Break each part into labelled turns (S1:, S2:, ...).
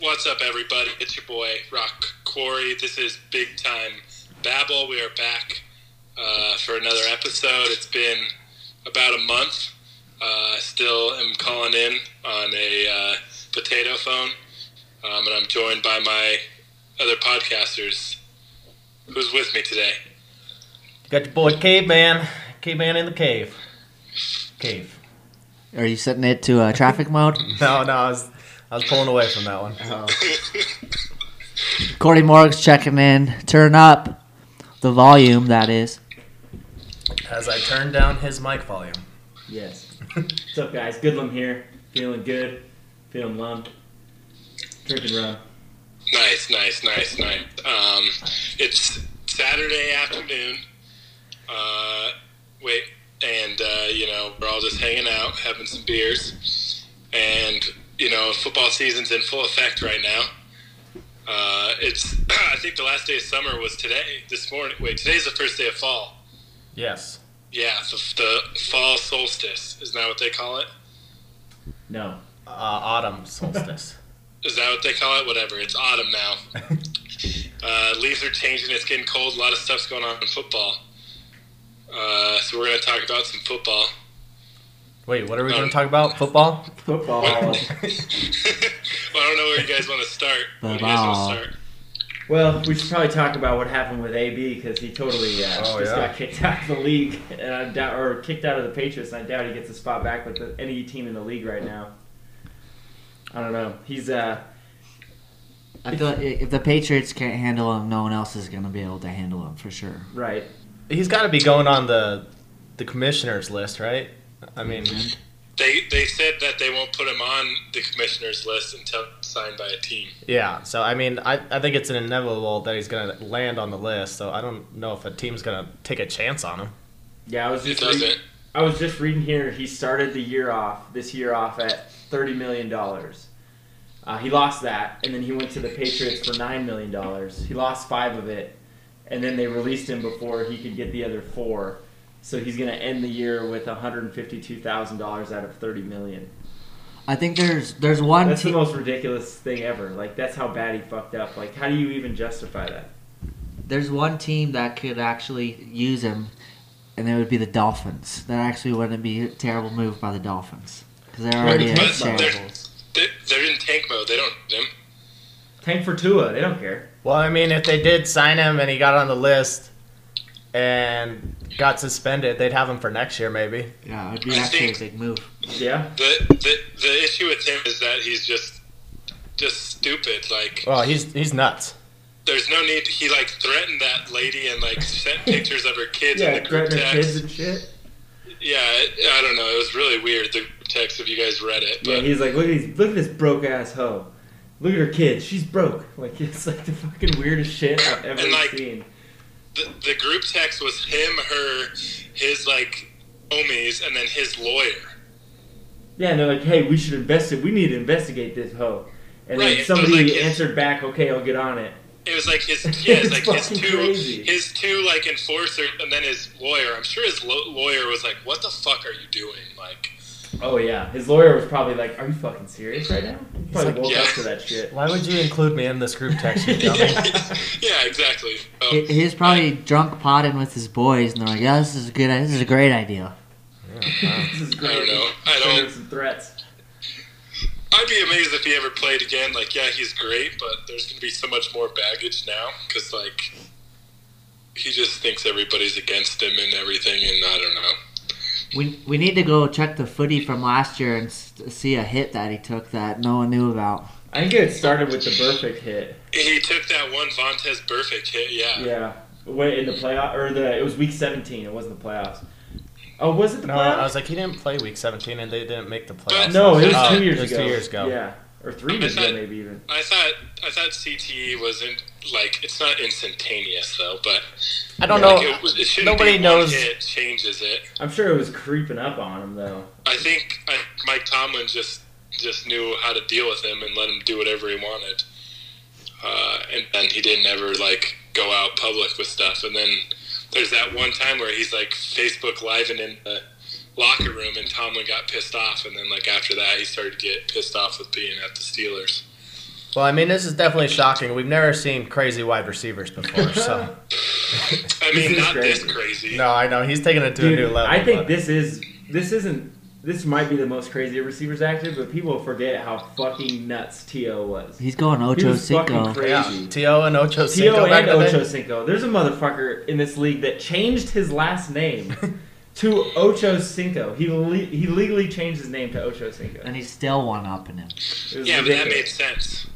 S1: What's up, everybody? It's your boy Rock Quarry. This is Big Time Babble. We are back uh, for another episode. It's been about a month. Uh, I still am calling in on a uh, potato phone, um, and I'm joined by my other podcasters. Who's with me today?
S2: You got your boy Caveman, Caveman in the cave, cave.
S3: Are you setting it to uh, traffic mode?
S2: No, no, I was I was pulling away from that one.
S3: Cordy Morg's checking in. Turn up the volume, that is.
S2: As I turned down his mic volume.
S4: Yes. What's up, guys? Goodlum here. Feeling good. Feeling lumped. Drinking rum.
S1: Nice, nice, nice, nice. Um, it's Saturday afternoon. Uh, wait, and uh, you know we're all just hanging out, having some beers, and you know football season's in full effect right now. Uh, it's I think the last day of summer was today. This morning, wait, today's the first day of fall.
S2: Yes.
S1: Yeah, the, the fall solstice is that what they call it?
S4: No.
S2: Uh, autumn solstice.
S1: Is that what they call it? Whatever. It's autumn now. uh, leaves are changing. It's getting cold. A lot of stuff's going on in football. Uh, so we're going to talk about some football.
S2: Wait, what are we going to talk about? Football?
S4: Football.
S1: well, I don't know where you guys want to start. Where do you guys want to start?
S4: well, we should probably talk about what happened with AB because he totally uh,
S2: Oh,
S4: just
S2: yeah.
S4: got kicked out of the league, and I doubt, or kicked out of the Patriots. And I doubt he gets a spot back with the, any team in the league right now. I don't know. He's uh,
S3: I feel like if the Patriots can't handle him, no one else is going to be able to handle him for sure.
S4: right.
S2: He's got to be going on the the commissioners list, right? I mean,
S1: They, they said that they won't put him on the commissioner's list until signed by a team.
S2: yeah. So I mean, I, I think it's an inevitable that he's going to land on the list. So I don't know if a team's going to take a chance on him.
S4: Yeah, I was
S1: It
S4: just reading-
S1: doesn't.
S4: I was just reading here. He started the year off this year off at thirty million dollars. Uh, he lost that, and then he went to the Patriots for nine million dollars. He lost five of it, and then they released him before he could get the other four. So he's going to end the year with one hundred fifty-two thousand dollars out of thirty million.
S3: I think there's there's one
S4: That's the
S3: team.
S4: most ridiculous thing ever. Like that's how bad he fucked up. Like how do you even justify that?
S3: There's one team that could actually use him, and it would be the Dolphins. That actually wouldn't be a terrible move by the Dolphins because they're already in
S1: But they're-
S3: shambles.
S1: They, they're in tank mode. They don't need him.
S4: Tank for Tua. They don't care.
S2: Well, I mean, if they did sign him and he got on the list and got suspended, they'd have him for next year, maybe.
S3: Yeah, it would be
S1: I
S3: actually a
S1: think-
S3: big move.
S4: Yeah.
S1: The, the, the issue with him is that he's just just stupid. Like,
S2: Well, he's he's nuts.
S1: there's no need. He like threatened that lady and like sent pictures of her kids
S4: Yeah,
S1: in the group
S4: threatening
S1: text.
S4: kids and shit.
S1: Yeah, I I don't know. It was really weird. The group text, if you guys read it,
S4: Yeah,
S1: but
S4: he's like, look at these, look at this broke ass hoe. Look at her kids. She's broke. Like it's like the fucking weirdest shit I've ever
S1: And, like-
S4: seen.
S1: the, the group text was him, her, his like homies, and then his lawyer.
S4: Yeah, and they're like, hey, we should investigate. We need to investigate this hoe. And
S1: Right,
S4: then
S1: it's
S4: somebody
S1: like it's-
S4: answered back, okay, I'll get on it.
S1: It was like his yeah, it's
S4: It's
S1: like his
S4: fucking
S1: two
S4: crazy.
S1: his two like enforcers, and then his lawyer. I'm sure his lo- lawyer was like, "What the fuck are you doing?" Like,
S4: Oh yeah, his lawyer was probably like, are you fucking serious right now? He probably
S2: like,
S4: woke
S1: yeah.
S4: up to that shit.
S2: Why would you include me in this group text, you dummy?
S1: yeah, exactly. So,
S3: He, he was probably drunk potting with his boys, and they're like, "Yeah, this is a good. This is a great idea."
S4: this is
S1: I
S4: great.
S1: don't know. I
S4: Send
S1: don't.
S4: him some threats.
S1: I'd be amazed if he ever played again. Like, yeah, he's great, but there's going to be so much more baggage now because, like, he just thinks everybody's against him and everything, and I don't know.
S3: We, we need to go check the footy from last year and s- see a hit that he took that no one knew about.
S4: I think it started with the perfect hit.
S1: He took that one Vontez perfect hit, yeah.
S4: Yeah, went in the playoff or the it was week 17. It wasn't the playoffs. Oh, was it the
S2: No,
S4: playoffs?
S2: I was like, he didn't play week 17 and they didn't make the
S1: But-
S2: playoffs.
S4: No, it was
S2: Oh,
S4: two years
S2: it was
S4: ago.
S2: two years ago.
S4: Yeah, or three years ago, maybe even.
S1: I thought I thought CTE wasn't like it's not instantaneous though, but
S2: I don't
S1: like,
S2: know.
S1: it, was- it shouldn't
S2: Nobody
S1: be
S2: knows.
S1: One hit changes it.
S4: I'm sure it was creeping up on him though.
S1: I think I, Mike Tomlin just just knew how to deal with him and let him do whatever he wanted. Uh, and then he didn't ever like go out public with stuff. And then there's that one time where he's like Facebook living in the locker room, and Tomlin got pissed off. And then like after that, he started to get pissed off with being at the Steelers.
S2: Well, I mean, this is definitely shocking. We've never seen crazy wide receivers before, so
S1: I mean,
S4: is
S1: not
S4: crazy.
S1: this crazy.
S2: no, I know he's taking it to
S4: Dude,
S2: a new level.
S4: I think
S2: but-
S4: this is this isn't this might be the most crazy of receivers active, but people forget how fucking nuts To was.
S3: He's going
S4: He
S3: Ocho
S4: was fucking
S3: Cinco.
S4: crazy.
S2: yeah, To and Ocho Cinco
S4: To
S2: back
S4: and
S2: in the day.
S4: Ocho Cinco. There's a motherfucker in this league that changed his last name to Ocho Cinco. He le- he legally changed his name to Ocho Cinco.
S3: And he's still one upping him.
S4: It was
S1: Yeah, but that
S4: ridiculous.
S1: made sense.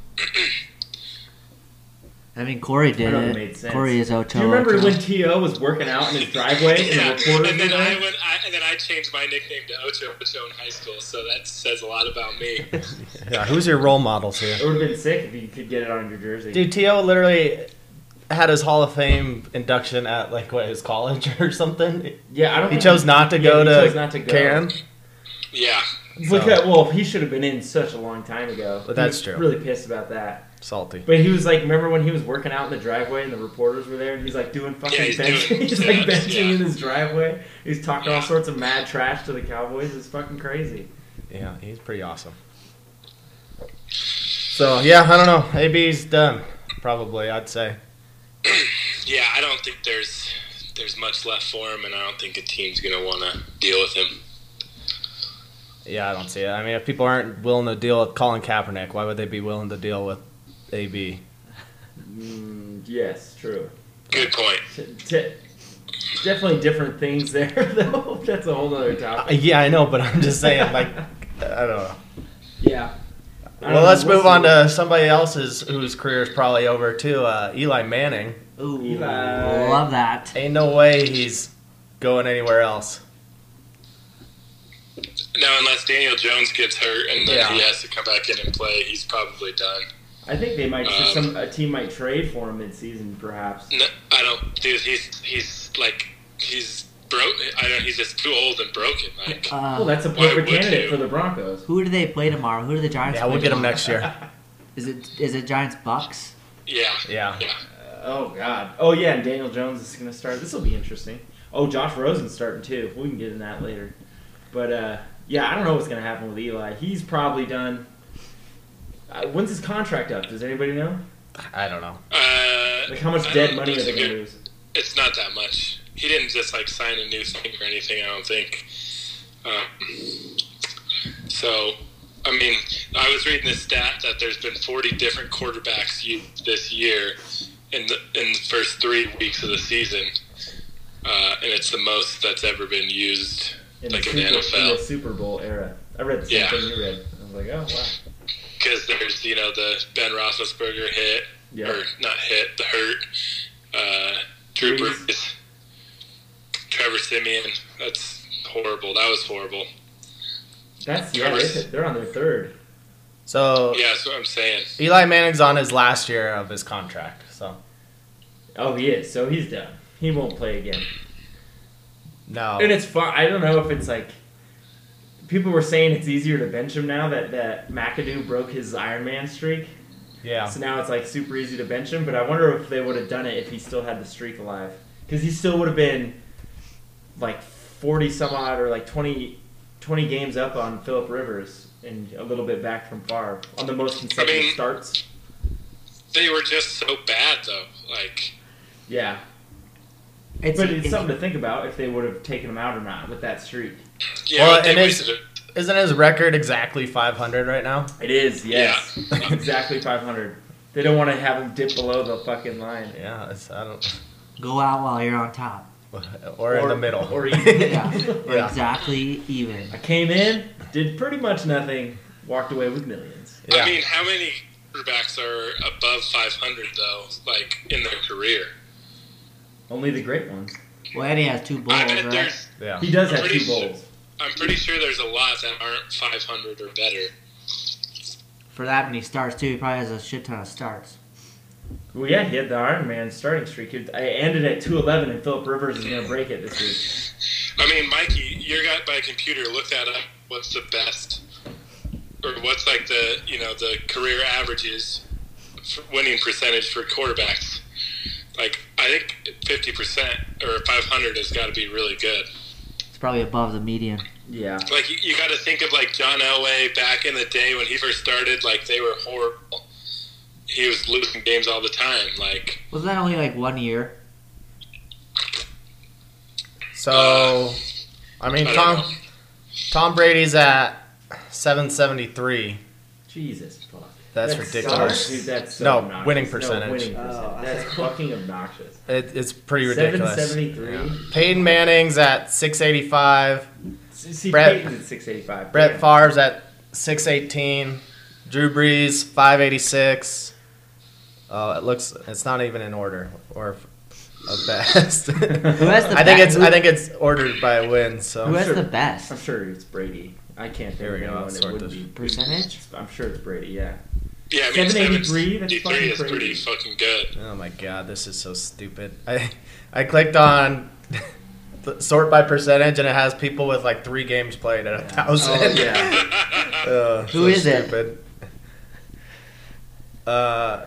S3: I mean, Corey
S4: I
S3: did
S4: know it
S3: it.
S4: made sense.
S3: Corey is Ocho.
S4: Do you remember
S3: Ocho.
S4: when T.O. was working out in his driveway and the
S1: Yeah,
S4: reporter
S1: and then
S4: came
S1: I
S4: in?
S1: went, I, and then I changed my nickname to Ocho Ocho in high school, so that says a lot about me.
S2: Yeah, who's your role models here?
S4: It would have been sick if you could get it on your jersey.
S2: Dude, To literally had his Hall of Fame induction at like what his college or something.
S4: yeah, I don't.
S2: He
S4: think-
S2: chose not to
S4: yeah,
S2: go
S4: he
S2: to
S4: chose not to go.
S2: Can.
S1: Yeah,
S4: Look
S2: So-
S4: at well, he should have been in such a long time ago.
S2: But that's
S4: He was
S2: true.
S4: Really pissed about that.
S2: Salty.
S4: But he was like, remember when he was working out in the driveway and the reporters were there and he's like doing fucking
S1: Yeah, he's
S4: bench,
S1: doing
S4: he's like
S1: sit-ups,
S4: benching
S1: yeah.
S4: in his driveway. He's talking all
S1: Yeah.
S4: sorts of mad trash to the Cowboys. It's fucking crazy.
S2: Yeah, he's pretty awesome. So yeah, I don't know. AB's done, probably. I'd say.
S1: yeah. I don't think there's there's much left for him, and I don't think a team's gonna want to deal with him.
S2: Yeah, I don't see it. I mean, if people aren't willing to deal with Colin Kaepernick, why would they be willing to deal with AB?
S4: Mm, yes, true.
S1: Good point.
S4: T- t- definitely different things there though. That's a whole other
S2: Uh,
S4: topic.
S2: yeah, I know, but I'm just saying, like, I don't know.
S4: Yeah. I don't
S2: Well,
S4: know,
S2: let's
S4: we'll
S2: move on
S4: see.
S2: to somebody else's whose career is probably over too. Uh, Eli Manning.
S3: Ooh,
S4: Eli.
S3: love that.
S2: Ain't no way he's going anywhere else.
S1: No, unless Daniel Jones gets hurt and then
S2: Yeah.
S1: he has to come back in and play, he's probably done.
S4: I think they might.
S1: Um,
S4: some a team might trade for him mid-season, perhaps.
S1: No, I don't, dude. He's he's like he's broke. I don't. He's just too old and broken. Like,
S3: Uh,
S4: Well, that's a
S1: Why
S4: perfect
S1: would
S4: candidate
S1: you?
S4: for the Broncos.
S3: who do they play tomorrow? Who do the Giants?
S2: Yeah, we'll
S3: play
S2: get him
S3: tomorrow?
S2: next year.
S3: Is it is it Giants Bucks?
S1: yeah,
S2: Yeah.
S1: yeah.
S4: Oh God. Oh yeah, and Daniel Jones is going to start. This will be interesting. Oh, Josh Rosen's starting too. We can get in that later. But uh, yeah, I don't know what's going to happen with Eli. He's probably done. Uh, when's his contract up? Does anybody know?
S2: I don't know.
S1: Uh,
S4: Like how much
S1: I
S4: dead
S1: don't
S4: money are
S1: think
S4: they
S1: it's
S4: going
S1: a
S4: to
S1: good-
S4: lose?
S1: It's not that much. He didn't just like sign a new thing or anything. I don't think. Um, so, I mean, I was reading this stat that there's been 40 different quarterbacks used this year in the in the first three weeks of the season, uh, and it's the most that's ever been used.
S4: In,
S1: Like
S4: the
S1: in
S4: Super,
S1: the NFL.
S4: in the Super Bowl era. I read the same
S1: Yeah.
S4: thing you read. I was like, oh wow.
S1: because there's you know the Ben Roethlisberger hit
S4: Yeah.
S1: or not hit the hurt, uh, Drew
S4: Brees.
S1: Brees, Trevor Simeon. That's horrible. That was horrible.
S4: That's yeah. They're, they're on their third.
S2: So
S1: Yeah, that's what I'm saying.
S2: Eli Manning's on his last year of his contract. So
S4: Oh, he is. So he's done. He won't play again.
S2: no.
S4: And it's fun. I don't know if it's like people were saying it's easier to bench him now that that McAdoo broke his Iron Man streak.
S2: Yeah.
S4: So now it's like super easy to bench him. But I wonder if they would have done it if he still had the streak alive, because he still would have been like forty some odd or like 20, 20 games up on Philip Rivers and a little bit back from Favre on the most consecutive
S1: I mean-
S4: starts.
S1: They were just so bad though. Like
S4: Yeah,
S3: It's,
S4: but it's something to think about if they would have taken him out or not with that streak.
S1: yeah,
S2: Well,
S1: but they
S2: and it's-
S1: wasted
S2: Isn't his record exactly 500 right now?
S4: It is, yes.
S1: Yeah.
S4: exactly 500. They don't want to have him dip below the fucking line.
S2: Yeah. It's, I don't.
S3: go out while you're on top.
S2: Or, in the middle.
S4: Or
S3: Yeah,
S4: even.
S3: we're
S2: Yeah.
S3: exactly even.
S4: I came in, did pretty much nothing, walked away with millions.
S1: it.
S2: yeah.
S1: I mean, how many quarterbacks are above 500 though? Like in their career.
S4: Only the great ones.
S3: Well, Eddie has two
S1: I
S3: bulls,
S1: bet
S3: right?
S1: there's.
S2: yeah.
S4: He does have
S1: Pretty
S4: two bowls.
S1: I'm pretty sure there's a lot that aren't 500 or better.
S3: For that many starts too, he probably has a shit ton of starts.
S4: Well, yeah, he had the Iron Man starting streak. It I ended at 211, and Philip Rivers is going to break it this week.
S1: I mean, Mikey, you're got by computer. Look that up. What's the best, or what's like the you know the career averages, for winning percentage for quarterbacks? Like I think fifty percent or five hundred has got to be really good.
S3: It's probably above the median.
S4: Yeah.
S1: Like you, you got to think of like John Elway back in the day when he first started. Like they were horrible, he was losing games all the time. Like
S3: Wasn't that only like one year?
S2: So,
S1: Uh,
S2: I mean,
S1: I don't
S2: Tom,
S1: know.
S2: Tom Brady's at 773.
S4: Jesus fuck.
S2: That's
S4: That
S2: ridiculous.
S4: sucks, dude, that's so
S2: No,
S4: obnoxious.
S2: winning
S4: No,
S2: percentage.
S4: winning
S5: Oh, I
S4: That's
S5: thought-
S4: fucking obnoxious.
S2: It, it's pretty ridiculous.
S4: 773.
S2: Peyton Manning's at 685.
S4: See,
S2: Brett-
S4: Peyton's at 685.
S2: Brett Favre's at 618. Drew Brees 586. Oh, it looks it's not even in order or of best. Who
S3: has the
S2: I think
S3: be-
S2: it's I think it's ordered by win.
S3: Who
S2: So
S3: has
S4: sure-
S3: the best
S4: I'm sure it's Brady. I can't
S2: Here
S4: think of
S2: we go,
S4: anyone.
S2: let's
S4: It
S2: sort
S4: would
S2: this.
S4: be
S3: percentage?
S4: I'm sure it's Brady. Yeah.
S1: yeah, I mean
S4: 783? That's
S1: 783
S4: fucking
S1: is pretty
S4: crazy.
S1: fucking good.
S2: oh my god, this is so stupid. I I clicked on the sort by percentage and it has people with like three games played at a thousand.
S4: Oh, yeah.
S2: Uh,
S3: Who is it?
S2: it? Uh,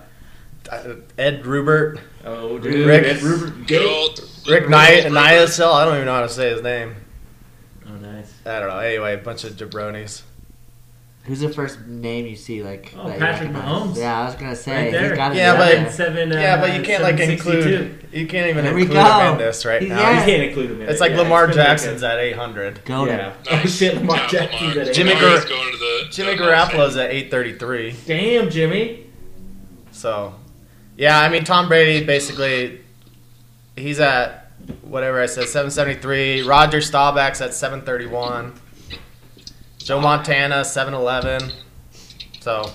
S2: Ed Rubert,
S4: Oh, dude.
S2: Rick-
S4: Ed Rubert-
S1: Good old
S2: Rick Knight, Niasel. I don't even know how to say his name.
S4: Oh, nice.
S2: I don't know. Anyway, a bunch of jabronis.
S3: Who's the first name you see like
S4: Oh,
S3: that you
S4: Patrick
S3: recognize?
S4: Mahomes.
S3: Yeah, I was gonna say
S4: Right there.
S3: he's got it
S2: Yeah,
S3: in
S2: but-
S3: there.
S4: seven,
S2: yeah, but you can't like
S4: 762.
S2: include. You can't even
S3: There we
S2: include him
S3: go.
S2: in this right
S3: He's-
S2: now.
S4: You
S3: yeah.
S4: can't include him in
S2: It's
S4: it,
S2: like
S4: yeah,
S2: Lamar
S4: it's been like a-
S2: Jackson's at 800.
S3: go
S4: Yeah.
S3: to
S4: Oh shit, Lamar
S1: Yeah,
S4: Jackson's at
S2: Jimmy
S4: eight.
S1: Lamar is
S2: Gar-
S1: going to the
S2: Jimmy
S1: the Hall of
S2: Garoppolo's at 833.
S4: Damn, Jimmy.
S2: So, yeah, I mean Tom Brady basically, he's at whatever I said 773. Roger Staubach's at 731. Joe Montana 711. So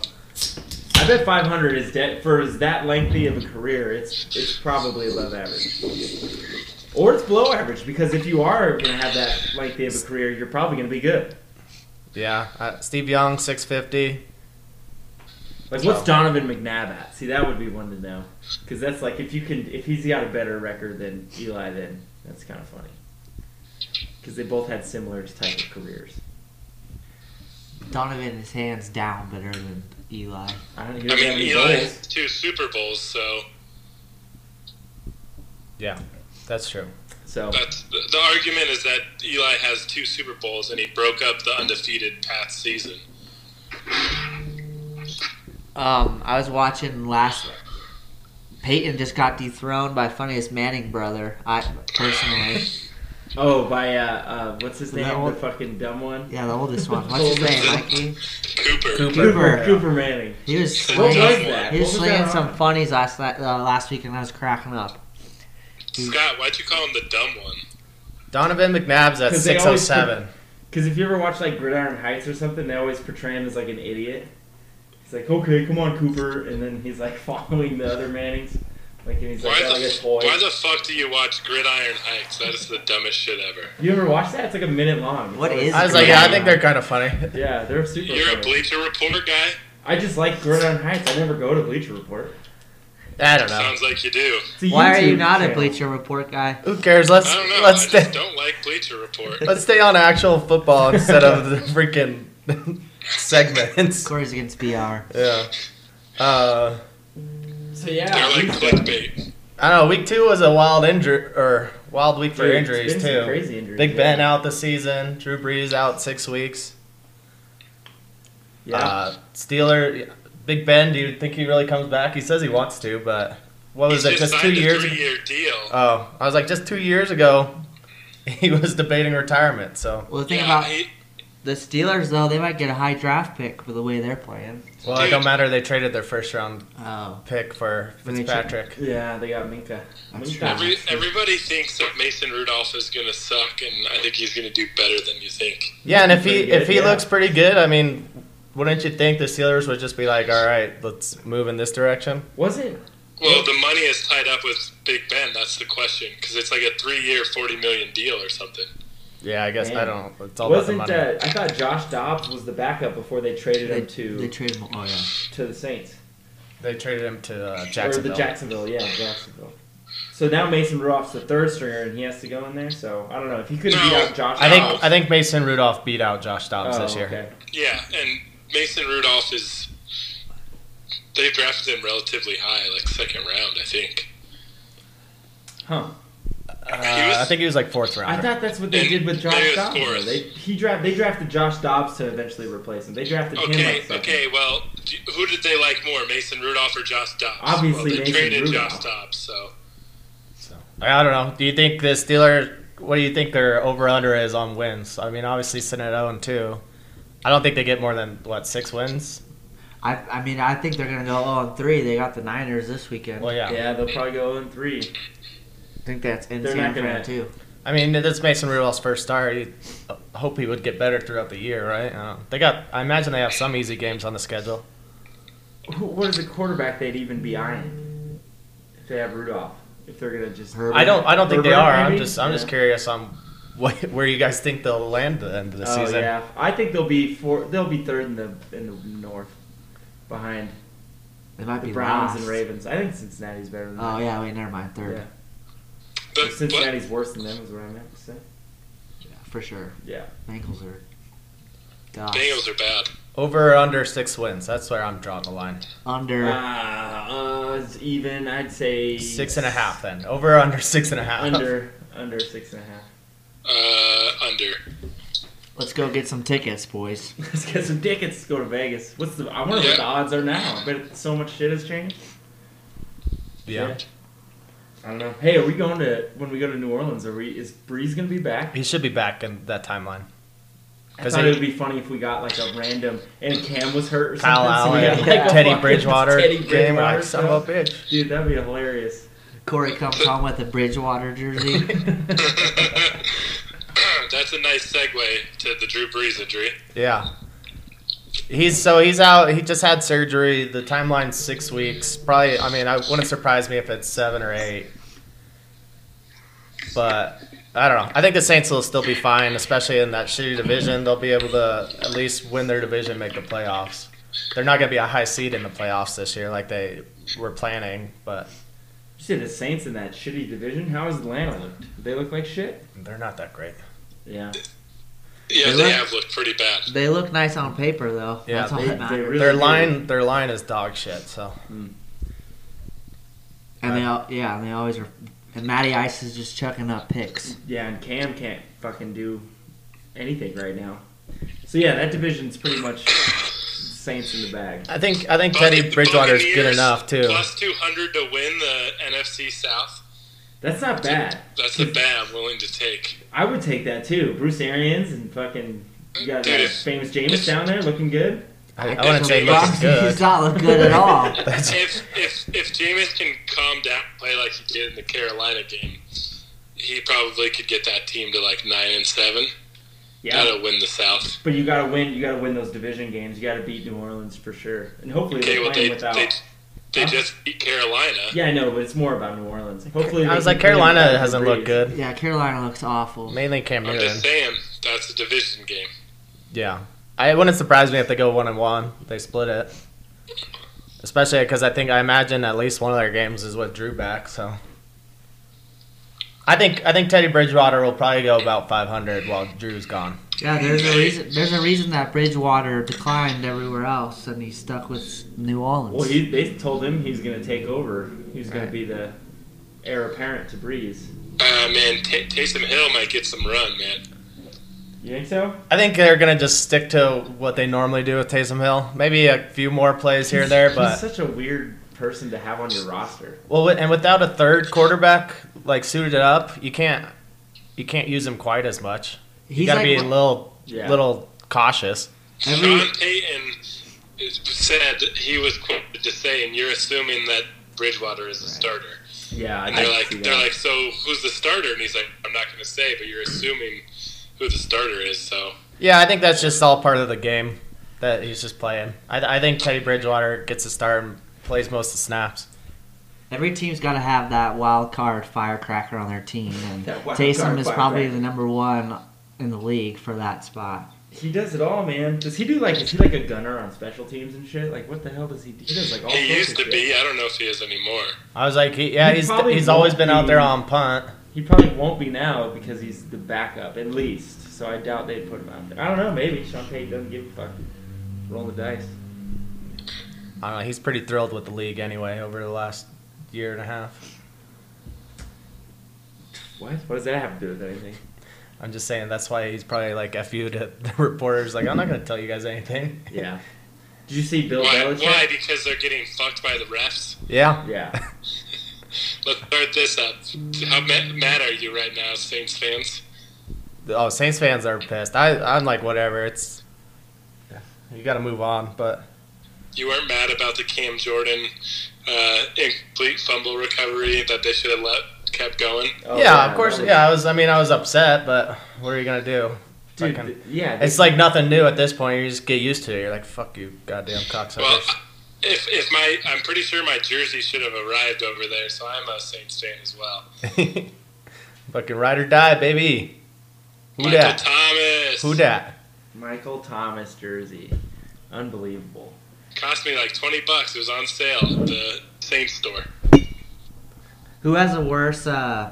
S4: I bet 500 is dead for as that lengthy of a career. It's it's probably above average, or it's below average because if you are gonna have that lengthy of a career, you're probably gonna be good.
S2: yeah, uh, Steve Young 650.
S4: Like what's
S2: So-
S4: Donovan McNabb at? See, that would be one to know because that's like if you can if he's got a better record than Eli, then that's kind of funny because they both had similar type of careers.
S3: Donovan is hands down better than Eli.
S4: I don't. He
S1: Fame. I
S4: doesn't have
S1: mean,
S4: any
S1: Eli
S4: goals.
S1: two Super Bowls, so
S2: Yeah, that's true.
S4: So
S1: that's the, the argument is that Eli has two Super Bowls and he broke up the undefeated Pats season.
S3: Um, I was watching last. Peyton just got dethroned by funniest Manning brother. I personally,
S4: oh, by uh, uh what's his
S3: That
S4: name? The
S3: old-
S4: fucking dumb one.
S3: yeah, the oldest one. What's his name, Mikey?
S1: Cooper.
S2: Cooper.
S4: Cooper,
S2: Yeah.
S4: Cooper Manning.
S3: He was
S1: What was
S3: slinging,
S4: that?
S3: he was
S4: What was that
S3: slinging some
S4: on?
S3: funnies last night, uh, last week, and I was cracking up.
S1: Scott, why'd you call him the dumb one?
S2: Donovan McNabb's at
S4: 'Cause they always
S2: 607.
S4: Because if you ever watch like Gridiron Heights or something, they always portray him as like an idiot. He's like, okay, come on, Cooper, and then he's like following the other Mannings, like and he's like,
S1: Why
S4: got, like a
S1: the,
S4: toy.
S1: why the fuck do you watch Gridiron Heights? That is the dumbest shit ever.
S4: you ever watch that? It's like a minute long. It's
S3: What
S4: always-
S3: is
S2: I was like, yeah, I think they're kind of funny.
S4: Yeah, they're super.
S1: You're a
S4: funny.
S1: Bleacher Report guy?
S4: I just like Gridiron Heights. I never go to Bleacher Report.
S2: I don't know.
S1: Sounds like you do.
S4: It's a
S3: Why are you
S4: YouTube
S3: not a
S4: channel.
S3: Bleacher Report guy?
S2: Who cares? Let's
S1: I don't know.
S2: let's
S1: I just
S2: stay
S1: don't like Bleacher Report.
S2: let's stay on actual football instead of the freaking segments.
S3: Corey's against BR.
S2: Yeah. Uh,
S4: So yeah,
S1: They're like
S4: he's-
S1: clickbait.
S2: I don't know. Week two was a wild injury or wild week for
S4: Dude, it's
S2: injuries
S4: been some
S2: too.
S4: Crazy injuries.
S2: Big
S4: yeah.
S2: Ben out the season. Drew Brees out six weeks.
S4: Yeah.
S2: Uh, Steeler. Big Ben. Do you think he really comes back? He says he wants to, but what was
S1: He
S2: it? Just two
S1: signed
S2: years.
S1: a
S2: ago?
S1: three-year deal.
S2: Oh, I was like, just two years ago, he was debating retirement. So,
S3: Well, the thing
S1: Yeah,
S3: about
S1: he-
S3: the Steelers though, they might get a high draft pick for the way they're playing.
S2: well, it don't matter. They traded their first round
S3: Oh,
S2: pick for
S3: When they tra-
S2: Fitzpatrick.
S4: yeah, they got Minka.
S3: That's
S4: Minka.
S3: true.
S1: every, everybody thinks that Mason Rudolph is going to suck, and I think he's going to do better than you think.
S2: Yeah, and if he
S4: Pretty good,
S2: if he
S4: yeah.
S2: looks pretty good, I mean, wouldn't you think the Steelers would just be like, all right, let's move in this direction?
S4: Wasn't
S1: Well, the money is tied up with Big Ben. That's the question because it's like a three-year, forty million deal or something.
S2: Yeah, I guess I
S4: Man.
S2: don't. It's all
S4: wasn't
S2: about the money.
S4: uh, I thought Josh Dobbs was the backup before they traded
S3: they,
S4: him to
S3: they traded him. Oh yeah.
S4: to the Saints
S2: they traded him to uh, Jacksonville.
S4: or the Jacksonville. Yeah, Jacksonville. So now Mason Rudolph's the third stringer, and he has to go in there. So I don't know if he could
S1: No.
S4: beat out Josh.
S2: I think
S4: Dobbs-
S2: I think Mason Rudolph beat out Josh Dobbs
S4: oh,
S2: this year.
S4: Okay.
S1: Yeah, and Mason Rudolph is. They drafted him relatively high, like second round, I think.
S4: Huh.
S2: Uh, I think he was like fourth round.
S4: I thought that's what they
S1: And
S4: did with
S1: maybe
S4: Josh
S1: it's
S4: Dobbs. though.
S1: Forrest.
S4: They he draft they drafted Josh Dobbs to eventually replace him. They drafted him
S1: Okay,
S4: like second.
S1: okay. Well, do, who did they like more, Mason Rudolph or Josh Dobbs?
S4: Obviously
S1: well, they
S4: Mason
S1: traded
S4: Rudolph.
S1: Josh Dobbs. So
S2: So, I I don't know. Do you think the Steelers? What do you think their over under is on wins? I mean, obviously sitting at zero and two. I don't think they get more than what six wins.
S3: I, I mean, I think they're going to go 0 3. They got the Niners this weekend.
S2: Well, yeah.
S4: Oh, Yeah, they'll probably go in three.
S3: I think that's in
S4: They're
S3: San
S4: not gonna-
S3: Fran, too.
S2: I mean, that's Mason Rudolph's first start. You uh, hope he would get better throughout the year, right? I don't know. They got. I imagine they have some easy games on the schedule.
S4: Who, what is the quarterback they'd even be eyeing if they have Rudolph? If they're gonna just
S3: Herbert.
S2: I don't. I don't think they
S4: Herbert,
S2: are. I'm
S4: maybe?
S2: just. I'm just
S4: Yeah.
S2: curious on what, where you guys think they'll land at the end of the
S4: oh
S2: season.
S4: yeah, I think they'll be four. They'll be third in the in the North, behind
S3: They might
S4: the
S3: be
S4: Browns
S3: last.
S4: and Ravens. I think Cincinnati's better than
S3: Oh,
S4: them.
S3: yeah, wait, never mind. Third.
S4: Yeah.
S1: but, but
S4: Cincinnati's worse than them is what I meant to say.
S3: Yeah, for sure.
S4: Yeah.
S3: Bengals are. Gosh.
S1: Bengals are bad.
S2: Over or under six wins. That's where I'm drawing the line.
S3: Under.
S4: Uh, uh, it's even. I'd say
S2: Six and a half. Then over or under six and a half.
S4: Under under six and a half.
S1: Uh, under.
S3: Let's go get some tickets, boys.
S4: Let's get some tickets. Go to Vegas. What's the? I wonder
S1: Yeah.
S4: what the odds are now. I bet so much shit has changed.
S2: Yeah.
S4: I don't know. Hey, are we going to when we go to New Orleans? Are we? Is Breeze gonna be back?
S2: He should be back in that timeline.
S4: I
S2: 'Cause
S4: thought
S2: they-
S4: it would be funny if we got like a random and Cam was hurt or
S2: Kyle
S4: something. so we
S2: Allen,
S4: got, like, a
S2: Teddy
S4: fucking
S2: Bridgewater
S4: Teddy
S2: game.
S4: Bridgewater
S2: Like, son of a bitch.
S4: stuff. Dude, that'd be hilarious.
S3: Corey comes home with a Bridgewater jersey.
S1: That's a nice segue to the Drew Brees injury.
S2: Yeah. He's so he's out. He just had surgery. The timeline's six weeks. Probably. I mean, I wouldn't surprise me if it's seven or eight. But I don't know. I think the Saints will still be fine, especially in that shitty division. They'll be able to at least win their division, make the playoffs. They're not going to be a high seed in the playoffs this year, like they were planning. But
S4: You see the Saints in that shitty division. How has Atlanta looked? They look like shit.
S2: they're not that great.
S4: Yeah.
S1: Yeah,
S3: They
S1: they
S3: look-
S1: have looked pretty bad.
S3: they look nice on paper, though.
S2: Yeah,
S3: That's all
S4: they-
S3: that matters.
S4: they really
S2: Their
S4: do.
S2: line, their line is dog shit. So
S3: And they all, yeah, and they always are. And Matty Ice is just chucking up picks.
S4: Yeah, and Cam can't fucking do anything right now. So yeah, that division's pretty much Saints in the bag.
S2: I think I think
S1: But
S2: Teddy
S1: the
S2: Bridgewater's good
S1: Buccaneers
S2: enough too.
S1: Plus two hundred to win the NFC South.
S4: That's not bad.
S1: That's a bet I'm willing to take.
S4: I would take that too. Bruce Arians and fucking you got
S1: Dude,
S4: that
S1: if-
S4: famous Jameis down there looking good.
S2: I,
S3: I
S2: I wouldn't say
S1: definitely-
S2: looking
S3: He's
S2: good.
S3: not look good at all.
S2: That's-
S1: If if if Jameis can calm down, and play like he did in the Carolina game, he probably could get that team to like nine and seven.
S4: Yeah.
S1: Gotta win the South.
S4: But you gotta win. You gotta win those division games. You gotta beat New Orleans for sure, and hopefully
S1: Okay,
S4: they're
S1: well they
S4: playing without.
S1: they, they
S4: Huh?
S1: just beat Carolina.
S4: Yeah, I know, but it's more about New Orleans. Hopefully,
S2: I
S4: they
S2: was
S4: can
S2: like,
S4: play without
S2: Carolina
S4: Drew
S2: hasn't looked
S4: Brees.
S2: good.
S3: yeah, Carolina looks awful.
S2: Mainly Cam
S1: I'm
S2: Newton.
S1: just saying that's a division game.
S2: Yeah, I it wouldn't surprise me if they go one and one. They split it, especially because I think I imagine at least one of their games is with Drew back. So I think I think Teddy Bridgewater will probably go about 500 while Drew's gone.
S3: Yeah, there's a reason. There's a reason that Bridgewater declined everywhere else, and he's stuck with New Orleans.
S4: Well, he, they told him he's gonna take over. He's gonna
S3: Right.
S4: be the heir apparent to Breeze.
S1: Uh, man, T- Taysom Hill might get some run, man.
S4: You think so?
S2: I think they're gonna just stick to what they normally do with Taysom Hill. Maybe a few more plays here or there,
S4: He's-
S2: but
S4: he's such a weird person to have on your roster.
S2: Well, wi- and without a third quarterback like suited up, you can't you can't use him quite as much. You
S3: He's
S2: got to
S3: like
S2: be a
S3: one-
S2: little
S4: Yeah.
S2: little cautious.
S3: every
S1: Sean Payton said he was quoted to saying, "You're assuming that Bridgewater is a starter."
S4: Yeah, I
S1: And
S4: can
S1: they're
S4: see
S1: like,
S4: that.
S1: they're like, "So who's the starter?" And he's like, "I'm not going to say, but you're assuming who the starter is." So
S2: Yeah, I think that's just all part of the game that he's just playing. I, I think Teddy Bridgewater gets a start and plays most of the snaps.
S3: every team's got to have that wild card firecracker on their team, and
S4: That wild
S3: Taysom
S4: card
S3: is probably
S4: firecracker.
S3: the number one in the league for that spot.
S4: he does it all, man. Does he do like? Is he like a gunner on special teams and shit? Like, what the hell does he do? He does like all. sorts
S1: he
S4: of
S1: used to
S4: shit.
S1: be. I don't know if he is anymore.
S2: I was like, he, yeah,
S4: He
S2: he's
S4: probably
S2: he's always
S4: won't
S2: been out there
S4: be-
S2: on punt.
S4: He probably won't be now because he's the backup, at least. So I doubt they'd put him out there. I don't know. Maybe Sean Payton doesn't give a fuck. Roll the dice.
S2: I don't know. He's pretty thrilled with the league anyway over the last year and a half.
S4: What? What does that have to do with anything?
S2: I'm just saying that's why he's probably like fu to the reporters. Like I'm not gonna tell you guys anything.
S4: Yeah. Did you see Bill
S1: Why?
S4: Belichick?
S1: Why? Because they're getting fucked by the refs.
S2: Yeah.
S4: Yeah.
S1: Let's start this up. How ma- mad are you right now, Saints fans?
S2: Oh, Saints fans are pissed. I I'm like whatever. It's you got to move on. But
S1: You weren't mad about the Cam Jordan uh, incomplete fumble recovery that they should have let kept going.
S4: Oh,
S2: yeah, of course.
S4: that was-
S2: Yeah, I was. I mean, I was upset, but what are you gonna do?
S4: Dude,
S2: Fucking-
S4: th- yeah.
S2: it's like nothing new at this point. You just get used to it. You're like, fuck you, goddamn
S1: Well,
S2: cocksuckers.
S1: if, if my I'm pretty sure my jersey should have arrived over there, so I'm a Saints fan as well.
S2: Fucking ride or die, baby. Who
S1: Michael
S2: dat?
S1: Thomas.
S2: Who dat?
S4: Michael Thomas jersey. Unbelievable.
S1: Cost me like twenty bucks. It was on sale at the Saints store.
S3: Who has the worst? Uh,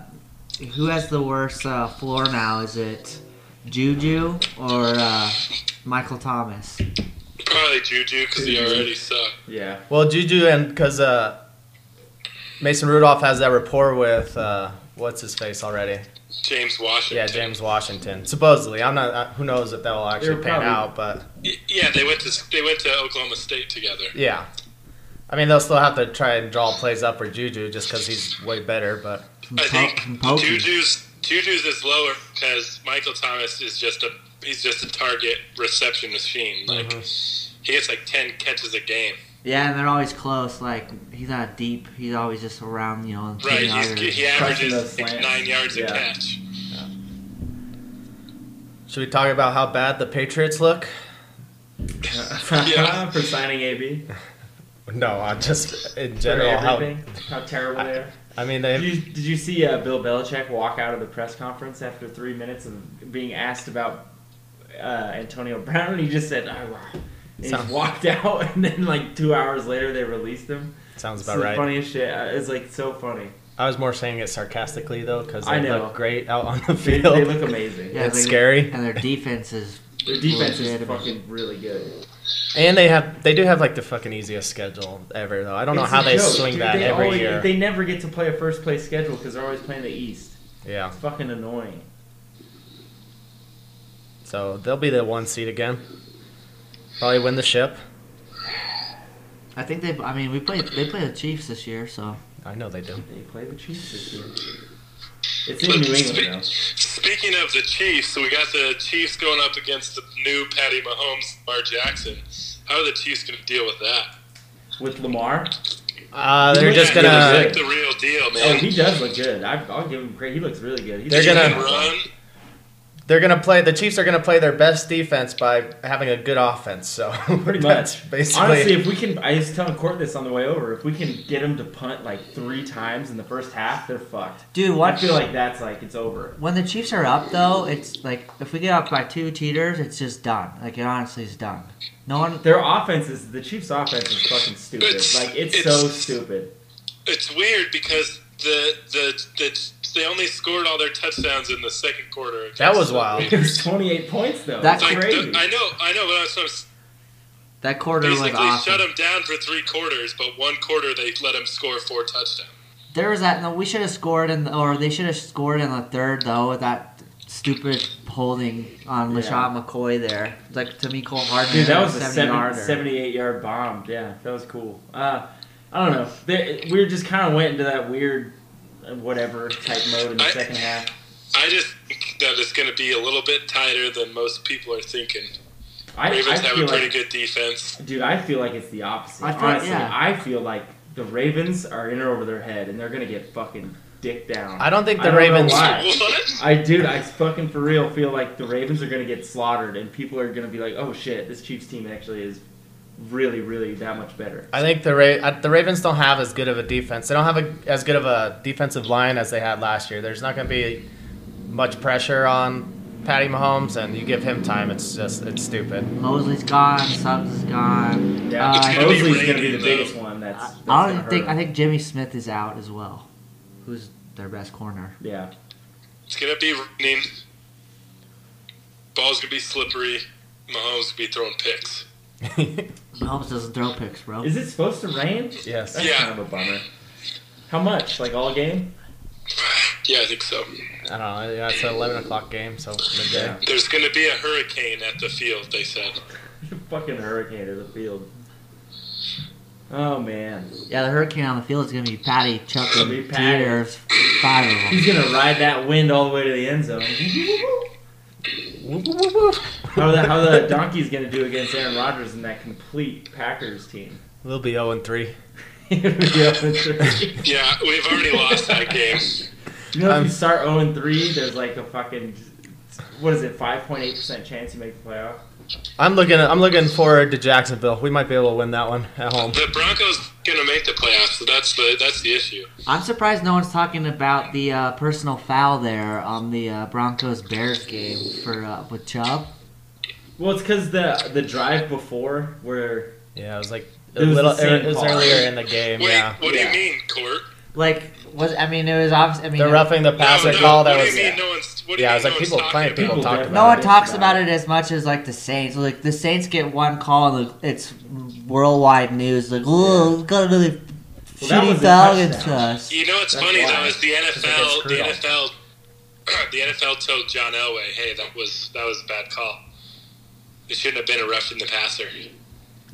S3: who has the worst uh, floor now? Is it Juju or uh, Michael Thomas?
S1: Probably Juju because he
S4: Juju.
S1: already sucked.
S4: Yeah.
S2: Well, Juju and because uh, Mason Rudolph has that rapport with uh, what's his face already.
S1: James Washington.
S2: Yeah, James Washington. Supposedly, I'm not. uh, Who knows if that will actually
S4: They're
S2: pan
S4: probably-
S2: out? But
S1: Y- Yeah, they went to they went to Oklahoma State together.
S2: yeah, I mean they'll still have to try and draw plays up for Juju just because he's way better. But
S1: I think
S3: Compo-
S1: Juju's Juju's is lower because Michael Thomas is just a he's just a target reception machine. Like he gets like ten catches a game.
S3: Yeah, and they're always close. Like he's not deep. He's always just around. You know, in 10
S1: Right, he's,
S3: yarder.
S1: he
S4: Crushing those
S1: averages
S4: slants.
S1: nine yards
S4: Yeah.
S1: a catch.
S2: should we talk about how bad the Patriots look?
S1: Yeah.
S4: For signing AB.
S2: No, I just in
S4: For
S2: general how.
S4: everything. How, terrible they are.
S2: I mean
S4: Did
S2: they.
S4: you, did you see uh, Bill Belichick walk out of the press conference after three minutes of being asked about uh, Antonio Brown? And he just said, oh, wow. And he just
S2: Sounds-
S4: walked out, and then like two hours later, they released him.
S2: Sounds
S4: It's
S2: about
S4: the
S2: right.
S4: funniest shit. Uh, It's like so funny.
S2: I was more saying it sarcastically though, because
S4: I
S2: they
S4: know.
S2: look great out on the
S4: They,
S2: field.
S4: they look amazing.
S3: Yeah,
S2: It's
S3: they-
S2: scary.
S3: And their defense is.
S4: Their defense is
S3: legitimate.
S4: fucking really good.
S2: And they have they do have like the fucking easiest schedule ever though. I don't know
S4: It's
S2: how
S4: a
S2: they
S4: joke,
S2: swing
S4: dude.
S2: that
S4: They
S2: every
S4: always-
S2: year.
S4: They never get to play a first place schedule because they're always playing the East.
S2: yeah.
S4: It's fucking annoying.
S2: So they'll be the one seed again. Probably win the ship.
S3: I think they. I mean, we played. They play the Chiefs this year, so
S2: I know they do.
S4: They play the Chiefs this year. It's in New England though.
S1: Speaking of the Chiefs, so we got the Chiefs going up against the new Patty Mahomes, Lamar Jackson. How are the Chiefs going to deal with that?
S4: With Lamar,
S2: Uh, they're
S4: Yeah,
S2: just
S1: Yeah, he's
S2: gonna
S1: like the real deal,
S4: Oh,
S1: man.
S4: he does look good. I, I'll give him credit. He looks really good. He's
S2: They're
S1: He
S2: gonna-
S1: can run.
S2: they're gonna play the Chiefs are gonna play their best defense by having a good offense. So
S4: pretty
S2: that's
S4: much.
S2: basically
S4: Honestly, if we can, I was telling Court this on the way over. If we can get him to punt like three times in the first half, they're fucked.
S3: dude,
S4: I
S3: watch.
S4: feel like that's like it's over.
S3: When the Chiefs are up, though, it's like if we get up by two cheaters, it's just done. Like it honestly is done. No one.
S4: Their offense is the Chiefs' offense is fucking stupid.
S1: It's-
S4: like it's,
S1: it's-
S4: so stupid.
S1: It's weird because the, the the they only scored all their touchdowns in the second quarter.
S2: That
S1: against
S2: was
S1: the
S2: wild.
S1: Raiders.
S4: There's 28 points though.
S3: That's
S4: That's
S1: Like,
S4: crazy.
S1: the- I know, I know, but I was just
S3: That quarter was
S1: basically
S3: awesome.
S1: shut them down for three quarters, but one quarter they let them score four touchdowns.
S3: There was that. No, we should have scored in, the, or they should have scored in the third though with that stupid holding on
S4: Yeah.
S3: Lashawn McCoy there, like to Miko Hardman.
S4: Dude, that was a
S3: 70
S4: seven-
S3: yarder.
S4: 78 yard bomb. Yeah, that was cool. Uh, I don't know. They, we just kind of went into that weird uh, whatever type mode in the
S1: I-
S4: second half.
S1: I just think that it's going to be a little bit tighter than most people are thinking.
S4: I, I
S1: Ravens have
S4: feel
S1: a pretty
S4: like,
S1: good defense.
S4: dude, I feel like it's the opposite.
S3: I feel-
S4: Honestly,
S3: yeah.
S4: I feel like the Ravens are in over their head and they're gonna get fucking dick down.
S2: I don't think the
S4: I don't know
S2: Ravens
S4: why.
S1: What?
S4: I dude, I fucking for real feel like the Ravens are gonna get slaughtered and people are gonna be like, oh shit, this Chiefs team actually is really, really that much better.
S2: I think the Ra- uh, the Ravens don't have as good of a defense. They don't have a, as good of a defensive line as they had last year. There's not going to be much pressure on Patty Mahomes, and you give him time, it's just it's stupid.
S3: Mosley's gone. Suggs is gone. Uh,
S4: Yeah,
S3: I-
S1: It's gonna
S4: Mosley's
S1: be
S4: gonna be the
S1: raining,
S4: biggest
S1: though.
S4: one. That's,
S3: I,
S4: that's
S3: I
S4: gonna
S3: don't
S4: hurt
S3: think. I
S4: them.
S3: think Jimmy Smith is out as well. Who's their best corner?
S4: Yeah.
S1: It's going to be raining. Ball's going to be slippery. Mahomes will be throwing picks.
S3: Mahomes doesn't throw picks, bro.
S4: Is it supposed to rain?
S2: yes.
S4: That's
S1: Yeah.
S4: kind of a bummer. How much? Like all game?
S1: Yeah, I think so.
S2: I don't know. Yeah, it's an 11 o'clock game, so midday.
S1: There's going to be a hurricane at the field. They said.
S4: Fucking hurricane of the field. Oh man,
S3: Yeah, the hurricane on the field is gonna be Patty, Chuck,
S4: It'll
S3: and
S4: be Patty.
S3: Peter. Five of them.
S4: he's gonna ride that wind all the way to the end zone.
S2: Woo, woo, woo, woo.
S4: How the how the donkey's gonna do against Aaron Rodgers and that complete Packers team?
S2: We'll be 0 and 3.
S4: It'll be up in three.
S1: Yeah, we've already lost that game.
S4: You know, if
S2: Um,
S4: you start 0 and 3, there's like a fucking, what is it, 5.8% chance you make the playoff?
S2: I'm looking. I'm looking forward to Jacksonville. We might be able to win that one at home.
S1: The Broncos going to make the playoffs. So that's the that's the issue.
S3: I'm surprised no one's talking about the uh, personal foul there on the uh, Broncos Bears game for uh, with Chubb.
S4: Well, it's because the the drive before where
S2: Yeah, it was like
S4: It
S2: a
S4: was the
S2: little.
S4: same
S2: It was
S4: call.
S2: earlier in the game.
S1: Wait,
S2: Yeah,
S1: what
S4: Yeah.
S1: do you mean, Court?
S3: Like, was I mean it was obvious. I mean,
S2: the roughing the passer
S1: no,
S2: call that
S1: what
S2: was.
S1: do you mean? No one's. What do
S2: Yeah,
S1: you
S2: I
S1: mean no
S2: was like people
S1: one's
S2: playing.
S1: talking
S2: People
S4: about
S2: talked
S4: it.
S2: about.
S3: no
S4: about
S3: one
S4: it.
S3: talks about it as much as like the Saints. Like the Saints get one call and it's worldwide news. Like, oh, we got another
S4: Well, that
S3: shitty
S4: was a
S3: foul
S4: touchdown.
S3: against us.
S1: You know what's
S4: That's
S1: funny
S4: why.
S1: though is the
S2: they get
S1: NFL. The
S2: screwed off.
S1: NFL. The NFL told John Elway, "Hey, that was that was a bad call. It shouldn't have been a roughing the passer."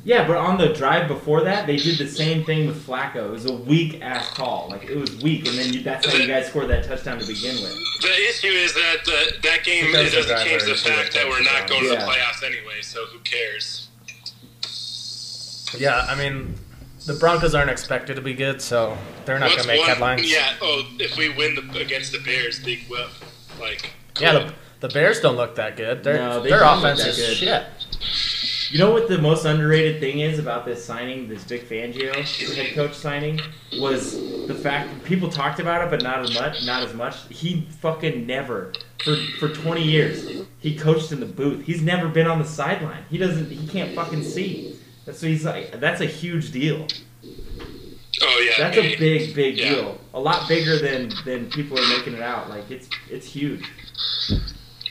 S4: Yeah, but on the drive before that, they did the same thing with Flacco. It was a weak ass call. Like it was weak, and then you, that's how you guys scored that touchdown to begin with.
S1: The issue is that the, that game
S2: Because
S1: it
S2: the
S1: doesn't
S2: driver
S1: change the
S2: is doing
S1: fact that we're not going to the
S4: Yeah.
S1: playoffs anyway. So who cares?
S2: it. Yeah, I mean, the Broncos aren't expected to be good, so they're not going
S1: What's
S2: to make
S1: one-
S2: headlines.
S1: Yeah. Oh, if we win the, against the Bears, big whip. Like.
S2: Yeah,
S1: cool.
S2: the, the Bears don't look that good. Their
S4: No, they
S2: their
S4: don't look
S2: offense
S4: that
S2: is
S4: good.
S2: shit.
S4: You know what the most underrated thing is about this signing, this Vic Fangio head coach signing, was the fact people talked about it, but not as much. Not as much. He fucking never for for 20 years he coached in the booth. He's never been on the sideline. He doesn't. He can't fucking see. That's what he's like. That's a huge deal.
S1: oh yeah.
S4: That's a
S1: hey,
S4: big, big
S1: Yeah.
S4: deal. A lot bigger than than people are making it out. Like it's it's huge.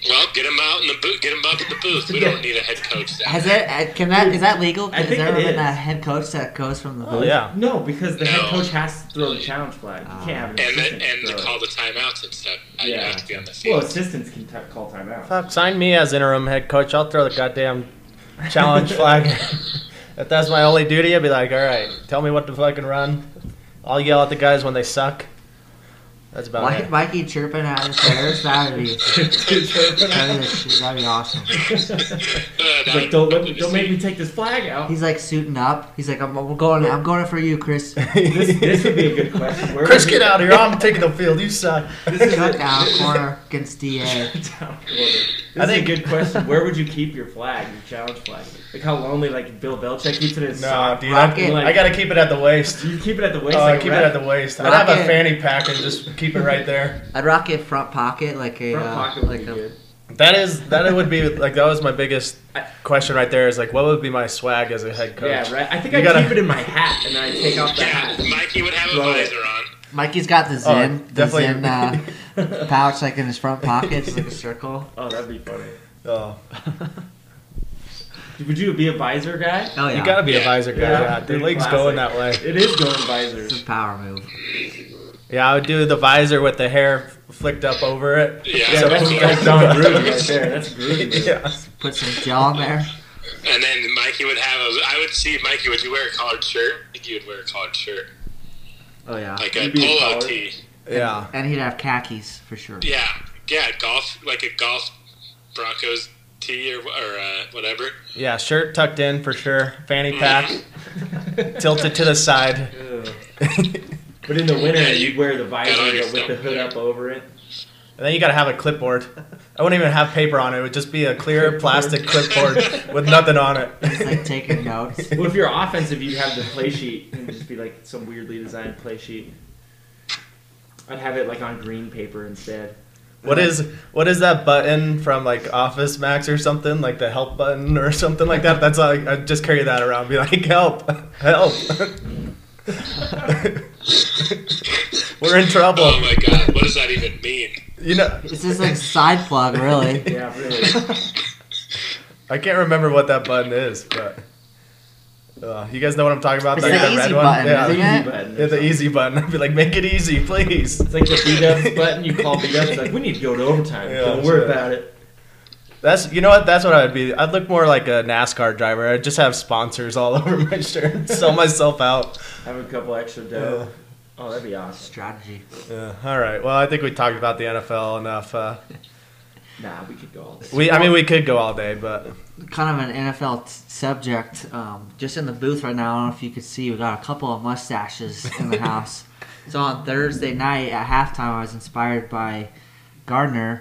S1: Well, get him out in the booth. Get him up in the booth. We don't need a head coach. Down
S3: Has
S1: there.
S3: it? uh, Can that? Is that legal?
S4: I
S3: Has
S4: think
S3: there
S4: it
S3: ever been
S4: is.
S3: a head coach that goes from the
S2: Oh,
S3: booth?
S2: yeah.
S4: No, because the head
S1: No.
S4: coach has to throw the challenge flag. You can't have an
S1: And
S4: assistant
S1: the, and
S4: throw
S1: the
S4: it.
S1: call the timeouts and stuff. Yeah. You
S4: Yeah.
S1: have to be on the
S4: Well,
S1: field.
S4: assistants can t- call timeout.
S2: Fuck, sign me as interim head coach. I'll throw the goddamn challenge flag. if that's my only duty, I'd be like, all right, tell me what to fucking run. I'll yell at the guys when they suck. That's about
S4: Oh,
S3: Mike,
S2: it.
S3: Mikey chirping at his players. That would be. That'd be, that'd be awesome.
S1: Uh, that
S4: He's like,
S1: would-
S4: don't
S1: that
S4: let
S1: would
S4: me,
S1: be
S4: don't make
S1: sweet.
S4: me take this flag out.
S3: He's like suiting up. He's like, I'm, I'm going. I'm going for you, Chris.
S4: This, this would be a good question. Where
S2: Chris,
S4: would he-
S2: get out of here. I'm taking the field. You suck.
S4: This is
S3: Shut
S4: a,
S3: down corner against DA.
S4: Down order. This
S2: I
S4: is a
S2: think-
S4: good question. Where would you keep your flag, your challenge flag? Like how lonely, like Bill Belichick keeps it in his
S2: No,
S4: sock.
S2: dude. I,
S3: Rocket.
S2: I gotta keep it at the waist.
S4: You keep it at the waist.
S2: Oh, I
S4: like a
S2: keep it
S4: ref.
S2: at the waist. I'd have
S3: Rocket.
S2: a fanny pack and just keep it right there.
S3: I'd rock it front pocket like a
S4: front
S3: uh,
S4: pocket. Would
S3: like
S4: be
S3: a.
S4: good.
S2: That is that would be like that was my biggest question right there. Is like, what would be my swag as a head coach?
S4: Yeah, right. I think
S2: You
S4: I
S2: gotta-
S4: keep it in my hat and then I take off the
S1: Yeah,
S4: hat.
S1: Mikey would have a
S4: Throw it.
S1: visor on.
S3: Mikey's got the
S2: Oh,
S3: Zen, the
S2: definitely.
S3: Zen uh, pouch like in his front pocket, it's like a circle.
S4: Oh, that'd be funny.
S2: Oh,
S4: Would you be a visor guy?
S3: Oh yeah,
S2: you gotta be a
S1: Yeah.
S2: visor guy.
S4: Yeah.
S2: Yeah, the
S4: Pretty
S2: league's
S4: classic.
S2: going that way.
S4: It is going
S3: it's
S4: visors.
S3: a power move.
S2: Yeah, I would do the visor with the hair flicked up over it.
S1: Yeah,
S4: Yeah,
S2: So-
S4: that's, that's Don Gruden right there. That's Gruden.
S2: yeah.
S3: Put some gel on there.
S1: And then Mikey would have a. I would see Mikey. Would you wear a collared shirt? I think you would wear a collared shirt,
S3: Oh yeah,
S1: like a
S4: You'd be in
S1: polo
S4: collar?
S1: tee.
S2: Yeah.
S3: and he'd have khakis for sure.
S1: Yeah, yeah, golf like a golf Broncos tee or or uh, whatever.
S2: Yeah, shirt tucked in for sure. Fanny pack tilted to the side.
S4: Ugh.
S2: and
S4: But in the winter,
S1: Yeah,
S4: you
S1: you
S4: wear the visor
S1: got all your
S4: but with the
S1: stuff
S4: hood
S1: there.
S4: up over it.
S2: then you gotta have a clipboard. I wouldn't even have paper on it. It would just be a clear plastic clipboard with nothing on
S3: It's like
S2: it.
S3: taking notes.
S4: Well, if you're offensive, you'd have the play sheet and just be like some weirdly designed play sheet. I'd have it like on green paper instead.
S2: What is what is that button from like Office Max or something like the help button or something like that? That's like I just carry that around. Be like help, help. We're in trouble.
S1: Oh my god, what does that even mean?
S2: You know,
S3: It's just like side plug, really.
S4: Yeah, really.
S2: I can't remember what that button is, but Uh, you guys know what I'm talking about?
S3: It's
S2: That-
S3: the
S2: that
S3: easy
S2: red
S3: button,
S2: Yeah.
S3: isn't
S4: Easy
S3: it?
S4: button.
S2: Hit the easy button. I'd be like, make it easy, please.
S4: It's like the beat ups button. You call beat ups like we need to go to overtime.
S2: Yeah,
S4: Don't worry
S2: sure.
S4: about it.
S2: That's you know what? That's what I would be. I'd look more like a NASCAR driver. I'd just have sponsors all over my shirt. Sell myself out.
S4: Have a couple extra dough. Oh, that'd be awesome.
S3: Strategy.
S2: Yeah. All right. Well, I think we talked about the NFL enough. Uh,
S4: Nah, we could go all this.
S2: we, I mean, we could go all day, but
S3: Kind of an NFL t- subject. Um, just in the booth right now. I don't know if you could see. We got a couple of mustaches in the house. So on Thursday night at halftime, I was inspired by Gardner.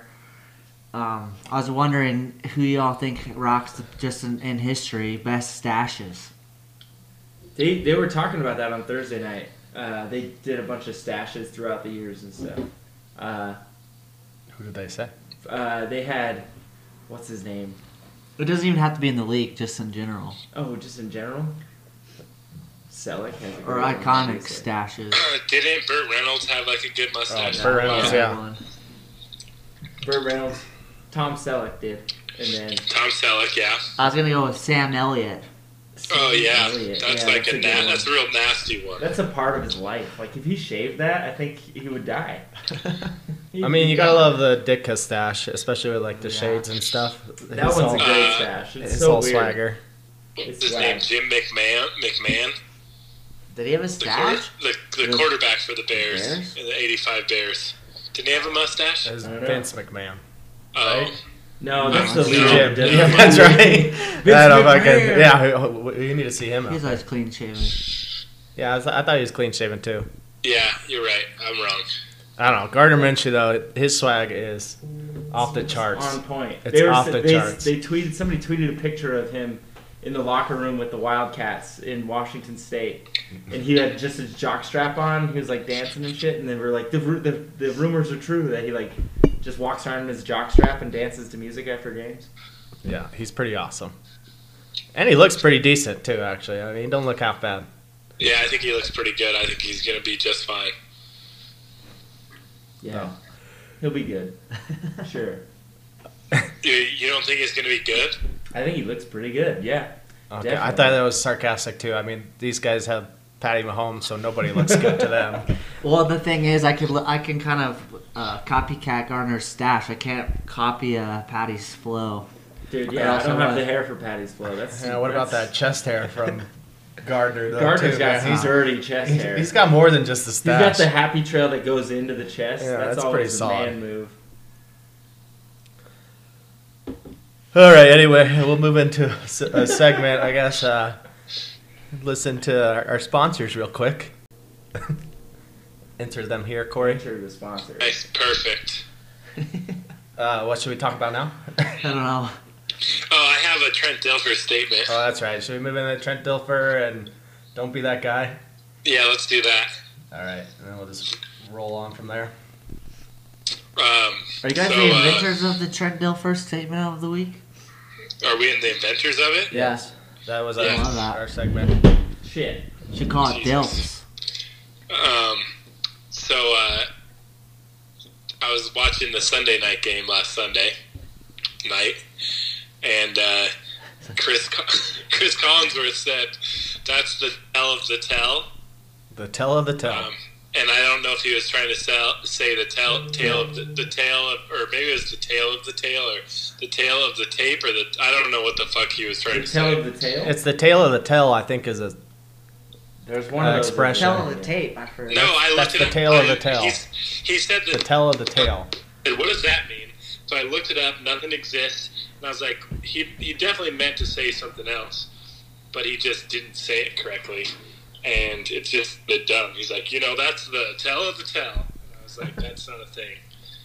S3: Um, I was wondering who y'all think rocks the, just in, in history best stashes.
S4: They they were talking about that on Thursday night. Uh, they did a bunch of stashes throughout the years and stuff. Uh,
S2: who did they say?
S4: uh, they had what's his name?
S3: It doesn't even have to be in the league, just in general
S4: Oh, just in general. Selick has a
S3: or
S4: great one,
S3: iconic
S4: obviously.
S3: stashes.
S1: Didn't Burt Reynolds have like a good mustache?
S2: Oh, Burt Reynolds, yeah.
S4: Burt Reynolds, Tom Selleck did, and then
S1: Tom Selleck, yeah.
S3: I was gonna go with Sam Elliott.
S1: Oh yeah,
S4: Elliott.
S1: that's
S4: Yeah,
S1: like a,
S4: good
S1: na-
S4: one.
S1: that's a real nasty one.
S4: That's a part of his life. Like if he shaved that, I think he would die.
S2: I mean, you gotta love the Ditka stash, especially with like the
S3: Yeah.
S2: shades and stuff.
S4: that one's a great
S1: Uh,
S4: stash. It's,
S2: It's
S4: so
S2: all
S4: weird.
S2: swagger.
S1: What's
S4: It's
S1: his name? Jim
S4: swag.
S1: McMahon. McMahon,
S3: Did he have a
S1: the, quar-
S3: stash?
S1: the, the
S3: The-
S1: quarterback for the Bears,
S3: Bears?
S1: in the '85 Bears. Did he have a mustache?
S2: It was
S4: I don't know.
S2: Vince McMahon.
S1: oh,
S2: right?
S4: No, that's
S3: No, it's
S4: the leader.
S1: Jim.
S4: of the-
S2: Yeah, that's right. I don't
S4: McMahon.
S2: fucking, yeah, who- who- you need to see him.
S3: He's
S2: Out.
S3: always clean shaven.
S2: Yeah, I, was, I thought he was clean shaven too.
S1: yeah, you're right. I'm wrong.
S2: I don't know. Gardner Minshew though, his swag is off the charts.
S4: On point.
S2: It's
S4: they were,
S2: off the
S4: they,
S2: charts.
S4: They tweeted somebody tweeted a picture of him in the locker room with the Wildcats in Washington State, and he had just his jock strap on. He was like dancing and shit, and then we are like, the, ru- the the rumors are true that he like just walks around in his jock strap and dances to music after games.
S2: Yeah, he's pretty awesome. And he looks pretty decent too, actually. I mean, he don't look half bad.
S1: Yeah, I think he looks pretty good. I think he's gonna be just fine.
S4: Yeah, he'll be good. sure,
S1: You, you don't think he's gonna be good?
S4: I think he looks pretty good. Yeah,
S2: Okay, I
S4: Definitely.
S2: thought that was sarcastic too. I mean, these guys have Patty Mahomes, so nobody looks good to them.
S3: Well, the thing is, I could li- I can kind of uh, copycat Garner's stash. I can't copy uh, Patty's flow.
S4: dude.
S3: I
S4: Yeah, I
S3: also
S4: don't have
S3: wanna-
S4: the hair for Patty's flow. That's
S2: Yeah, what about that
S4: that's-
S2: chest hair from Gardner? Though,
S4: Gardner's
S2: too,
S4: got
S2: man?
S4: some dirty chest
S2: He's-
S4: hair.
S2: he's got more than just the
S4: He's got
S2: stash.
S4: the happy trail that goes into the chest.
S2: Yeah,
S4: that's,
S2: that's
S4: always
S2: pretty
S4: a
S2: solid.
S4: man move.
S2: All right. Anyway, we'll move into a se- a segment. I guess uh, listen to our, our sponsors real quick. Enter them here, Corey.
S4: Enter the sponsor.
S1: Nice, perfect.
S2: Uh, what should we talk about now?
S3: I don't know.
S1: Oh, I have a Trent Dilfer statement.
S3: Uh,
S2: Oh, that's right. Should we move into Trent Dilfer and don't be that guy?
S1: Yeah, let's do that.
S2: All right, and then we'll just roll on from there.
S1: Um,
S3: Are you guys
S1: So,
S3: the
S1: uh,
S3: inventors of the Trent Dilfer statement of the week?
S1: are we in the inventors of it?
S3: Yes.
S2: That was
S1: Yeah.
S2: our,
S3: Love that.
S2: our segment.
S4: Shit.
S3: Should call it
S1: Jesus.
S3: Dilfs.
S1: Um, so uh, I was watching the Sunday night game last Sunday night, and uh, Chris Co- Chris Collinsworth said, "That's the tell of the tell."
S2: The tell of the tell.
S1: Um, and I don't know if he was trying to sell, say the tell, tale of the, the tale of, or maybe it was the tale of the tale, or the tale of the tape, or the I don't know what the fuck he was trying
S4: The
S1: to
S4: tail
S1: say.
S4: of the tail.
S2: it's the tale of the tell. I think is a
S4: There's one
S2: uh,
S4: of those
S2: expression. Tell
S3: tape, I heard.
S1: No, I looked
S2: that's
S1: at
S2: the
S1: him-
S2: tale of
S1: I-
S2: the tale.
S1: he's- He said
S2: the
S1: the
S2: tell of the tale.
S1: said, what does that mean? So I looked it up. Nothing exists. And I was like, he, he definitely meant to say something else, but he just didn't say it correctly. And it's just a bit dumb. He's like, you know, that's the tell of the tell. And I was like, that's not a thing.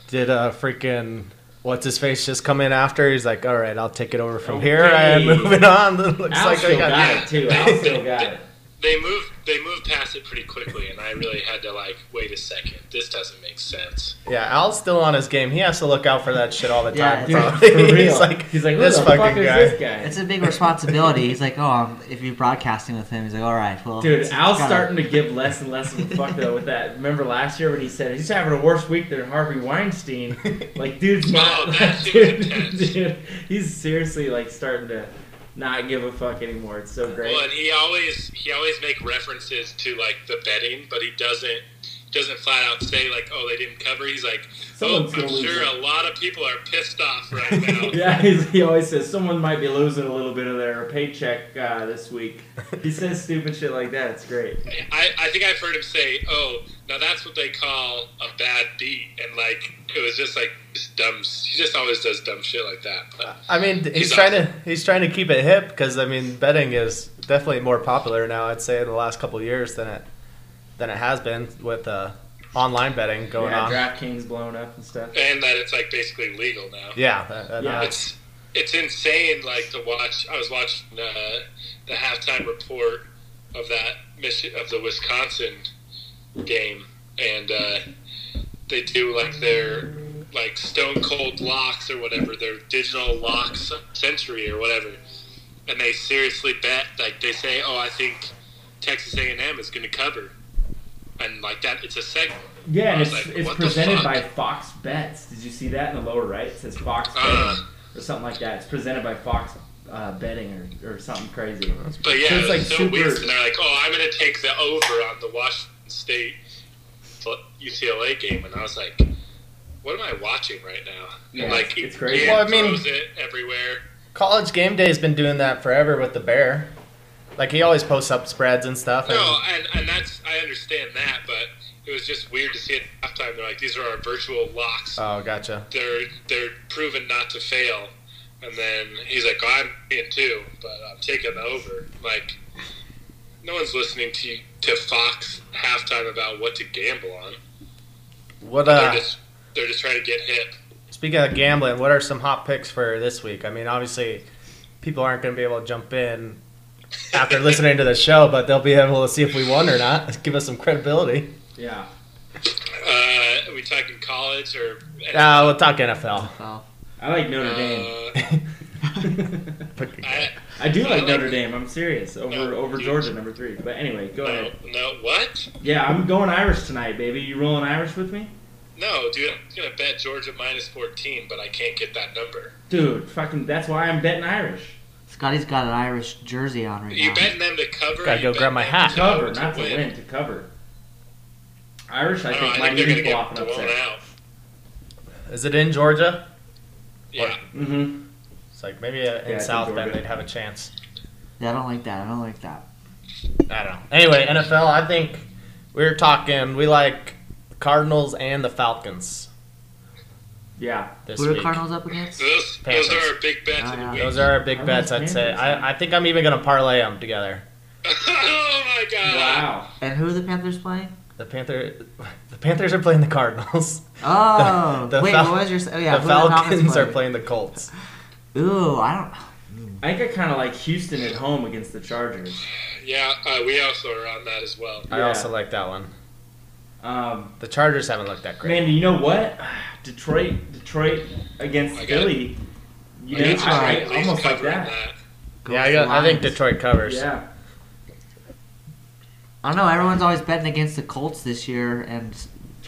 S2: Did uh, freaking what's his face just come in after? He's like, all right, I'll take it over from
S4: Okay.
S2: here and moving on. Looks
S4: Al
S2: like I
S4: still got,
S2: got.
S1: yeah.
S4: it too. Al still got it.
S1: They moved they moved past it pretty quickly, and I really had to like wait a second. This doesn't make sense.
S2: Yeah, Al's still on his game. He has to look out for that shit all the
S3: Yeah,
S2: time.
S3: dude,
S2: probably.
S4: for real.
S2: he's like,
S4: He's like, who
S2: this
S4: the
S2: fucking
S4: fuck is
S2: guy.
S4: this guy?
S3: It's a big responsibility. He's like, oh, I'm, if you're broadcasting with him, he's like, all right, well.
S4: Dude,
S3: it's
S4: Al's
S3: gotta-
S4: starting to give less and less of a fuck though with that. Remember last year when he said he's having a worse week than Harvey Weinstein? Like, dude's not.
S1: Oh, that shit was
S4: dude,
S1: intense.
S4: dude, he's seriously like starting to not give a fuck anymore. It's so great.
S1: Well, and he always he always make references to like the betting, but he doesn't doesn't flat out say like, "Oh, they didn't cover." He's like,
S4: Someone's
S1: "Oh, I'm
S4: gonna lose
S1: sure
S4: it."
S1: a lot of people are pissed off right now."
S4: Yeah, he's, he always says someone might be losing a little bit of their paycheck uh, this week. He says stupid shit like that. It's great.
S1: I, I think I've heard him say, "Oh, now that's what they call a bad beat," and like it was just like just dumb. He just always does dumb shit like that. But
S2: I mean, he's,
S1: He's
S2: trying to he's trying to keep it hip because I mean, betting is definitely more popular now. I'd say in the last couple of years than it than it has been with uh, online betting going
S4: yeah,
S2: on.
S4: DraftKings blowing up and stuff.
S1: and that it's like basically legal now.
S2: yeah, that- that-
S4: Yeah.
S2: that's-
S1: It's it's insane. Like to watch. I was watching uh, the halftime report of that mission of the Wisconsin game, and uh, they do like their like stone cold locks or whatever their digital locks century or whatever, and they seriously bet. Like they say, oh, I think Texas A and M is going to cover, and like that, it's a segment.
S4: Yeah, and
S1: I was
S4: it's,
S1: like,
S4: it's
S1: what the
S4: presented
S1: fuck?
S4: by Fox Bets. Did you see that in the lower right? It says Fox
S1: Uh.
S4: Betting or something like that. It's presented by Fox uh, Betting or, or something crazy.
S1: But yeah,
S4: So it's,
S1: it's
S4: like,
S1: so
S4: super-
S1: weird. And they're like, "Oh, I'm going to take the over on the Washington State UCLA game," and I was like, "What am I watching right now?"
S4: Yeah,
S1: and like,
S4: it's crazy.
S1: Ian
S2: Well, I mean-
S1: throws it everywhere.
S2: college game day has been doing that forever with the bear. Like he always posts up spreads and stuff. and-
S1: No, and and that's I understand that, but it was just weird to see it at halftime. They're like, "These are our virtual locks.
S4: Uh.
S2: Oh, gotcha.
S1: They're they're proven not to fail." And then he's like, "Oh, "I'm in too, but I'm taking the over." Like, no one's listening to to Fox halftime about what to gamble on.
S2: What
S1: They're
S2: uh?
S1: just they're just trying to get hit.
S2: Speaking of gambling, what are some hot picks for this week? I mean, obviously, people aren't going to be able to jump in after listening to the show, but they'll be able to see if we won or not. Give us some credibility.
S4: Yeah.
S1: Uh, are we talking college or?
S2: Uh, we'll talk NFL.
S3: Well,
S4: I like Notre
S1: Uh,
S4: Dame.
S1: I,
S4: I do
S1: I
S4: like
S1: like-
S4: Notre Dame. I'm serious. Over
S1: No,
S4: over
S1: dude.
S4: Georgia, number three. But anyway, go
S1: no,
S4: ahead.
S1: no, what?
S4: Yeah, I'm going Irish tonight, baby. You rolling Irish with me?
S1: No, dude, I'm gonna bet Georgia minus fourteen, but I can't get that number.
S4: Dude, fucking. That's why I'm betting Irish.
S3: Scotty's got an Irish jersey on right
S1: You
S3: now.
S1: betting them to cover?
S2: Gotta
S1: you
S2: go
S1: betting
S2: grab my
S1: them
S2: hat.
S1: to
S4: Cover,
S1: to
S4: not to win. to cover. Irish, I
S1: No,
S4: think
S1: I
S4: might
S1: think they're
S4: even
S1: gonna
S4: pull off
S1: get
S4: an
S1: blown
S4: upset.
S1: out.
S2: Is it in Georgia?
S1: Yeah,
S4: Mm-hmm.
S2: It's like maybe uh, in
S4: Yeah, it's in
S2: South Bend
S4: Georgia.
S2: they'd have a chance.
S3: Yeah, I don't like that. I don't like that.
S2: I don't know. Anyway, NFL, I think we were talking, we like Cardinals and the Falcons
S4: Yeah.
S2: this
S3: Who are the
S2: week.
S3: Cardinals up against?
S1: so those, those
S2: Panthers.
S1: are our big bets
S3: Oh,
S1: of the
S4: Ah,
S3: yeah.
S1: week.
S2: Those are our big
S4: Cardinals,
S2: bets, I'd say.
S4: Panthers, yeah.
S2: I, I think I'm even going to parlay them together.
S1: oh my god!
S4: Wow.
S3: And who are the Panthers playing?
S2: The Panther, the Panthers are playing the Cardinals.
S3: Oh,
S2: The- the
S3: wait,
S2: Fal-
S3: what was your? Oh, yeah,
S2: the
S3: who are
S2: Falcons are
S3: playing?
S2: playing the Colts.
S3: Ooh, I
S4: I think I kind of like Houston at home against the Chargers.
S1: Yeah, uh, we also are on that as well.
S2: I
S4: Yeah.
S2: also like that one.
S4: Um,
S2: The Chargers haven't looked that great.
S4: man, you know what? Detroit, Detroit against
S1: I got
S4: Philly. You
S1: I
S4: know,
S1: got Detroit
S4: I,
S1: at least
S4: almost like
S1: covering
S4: that.
S3: don't.
S2: yeah, I, got, I think Detroit covers.
S4: Yeah.
S3: I don't know. Everyone's always betting against the Colts this year, and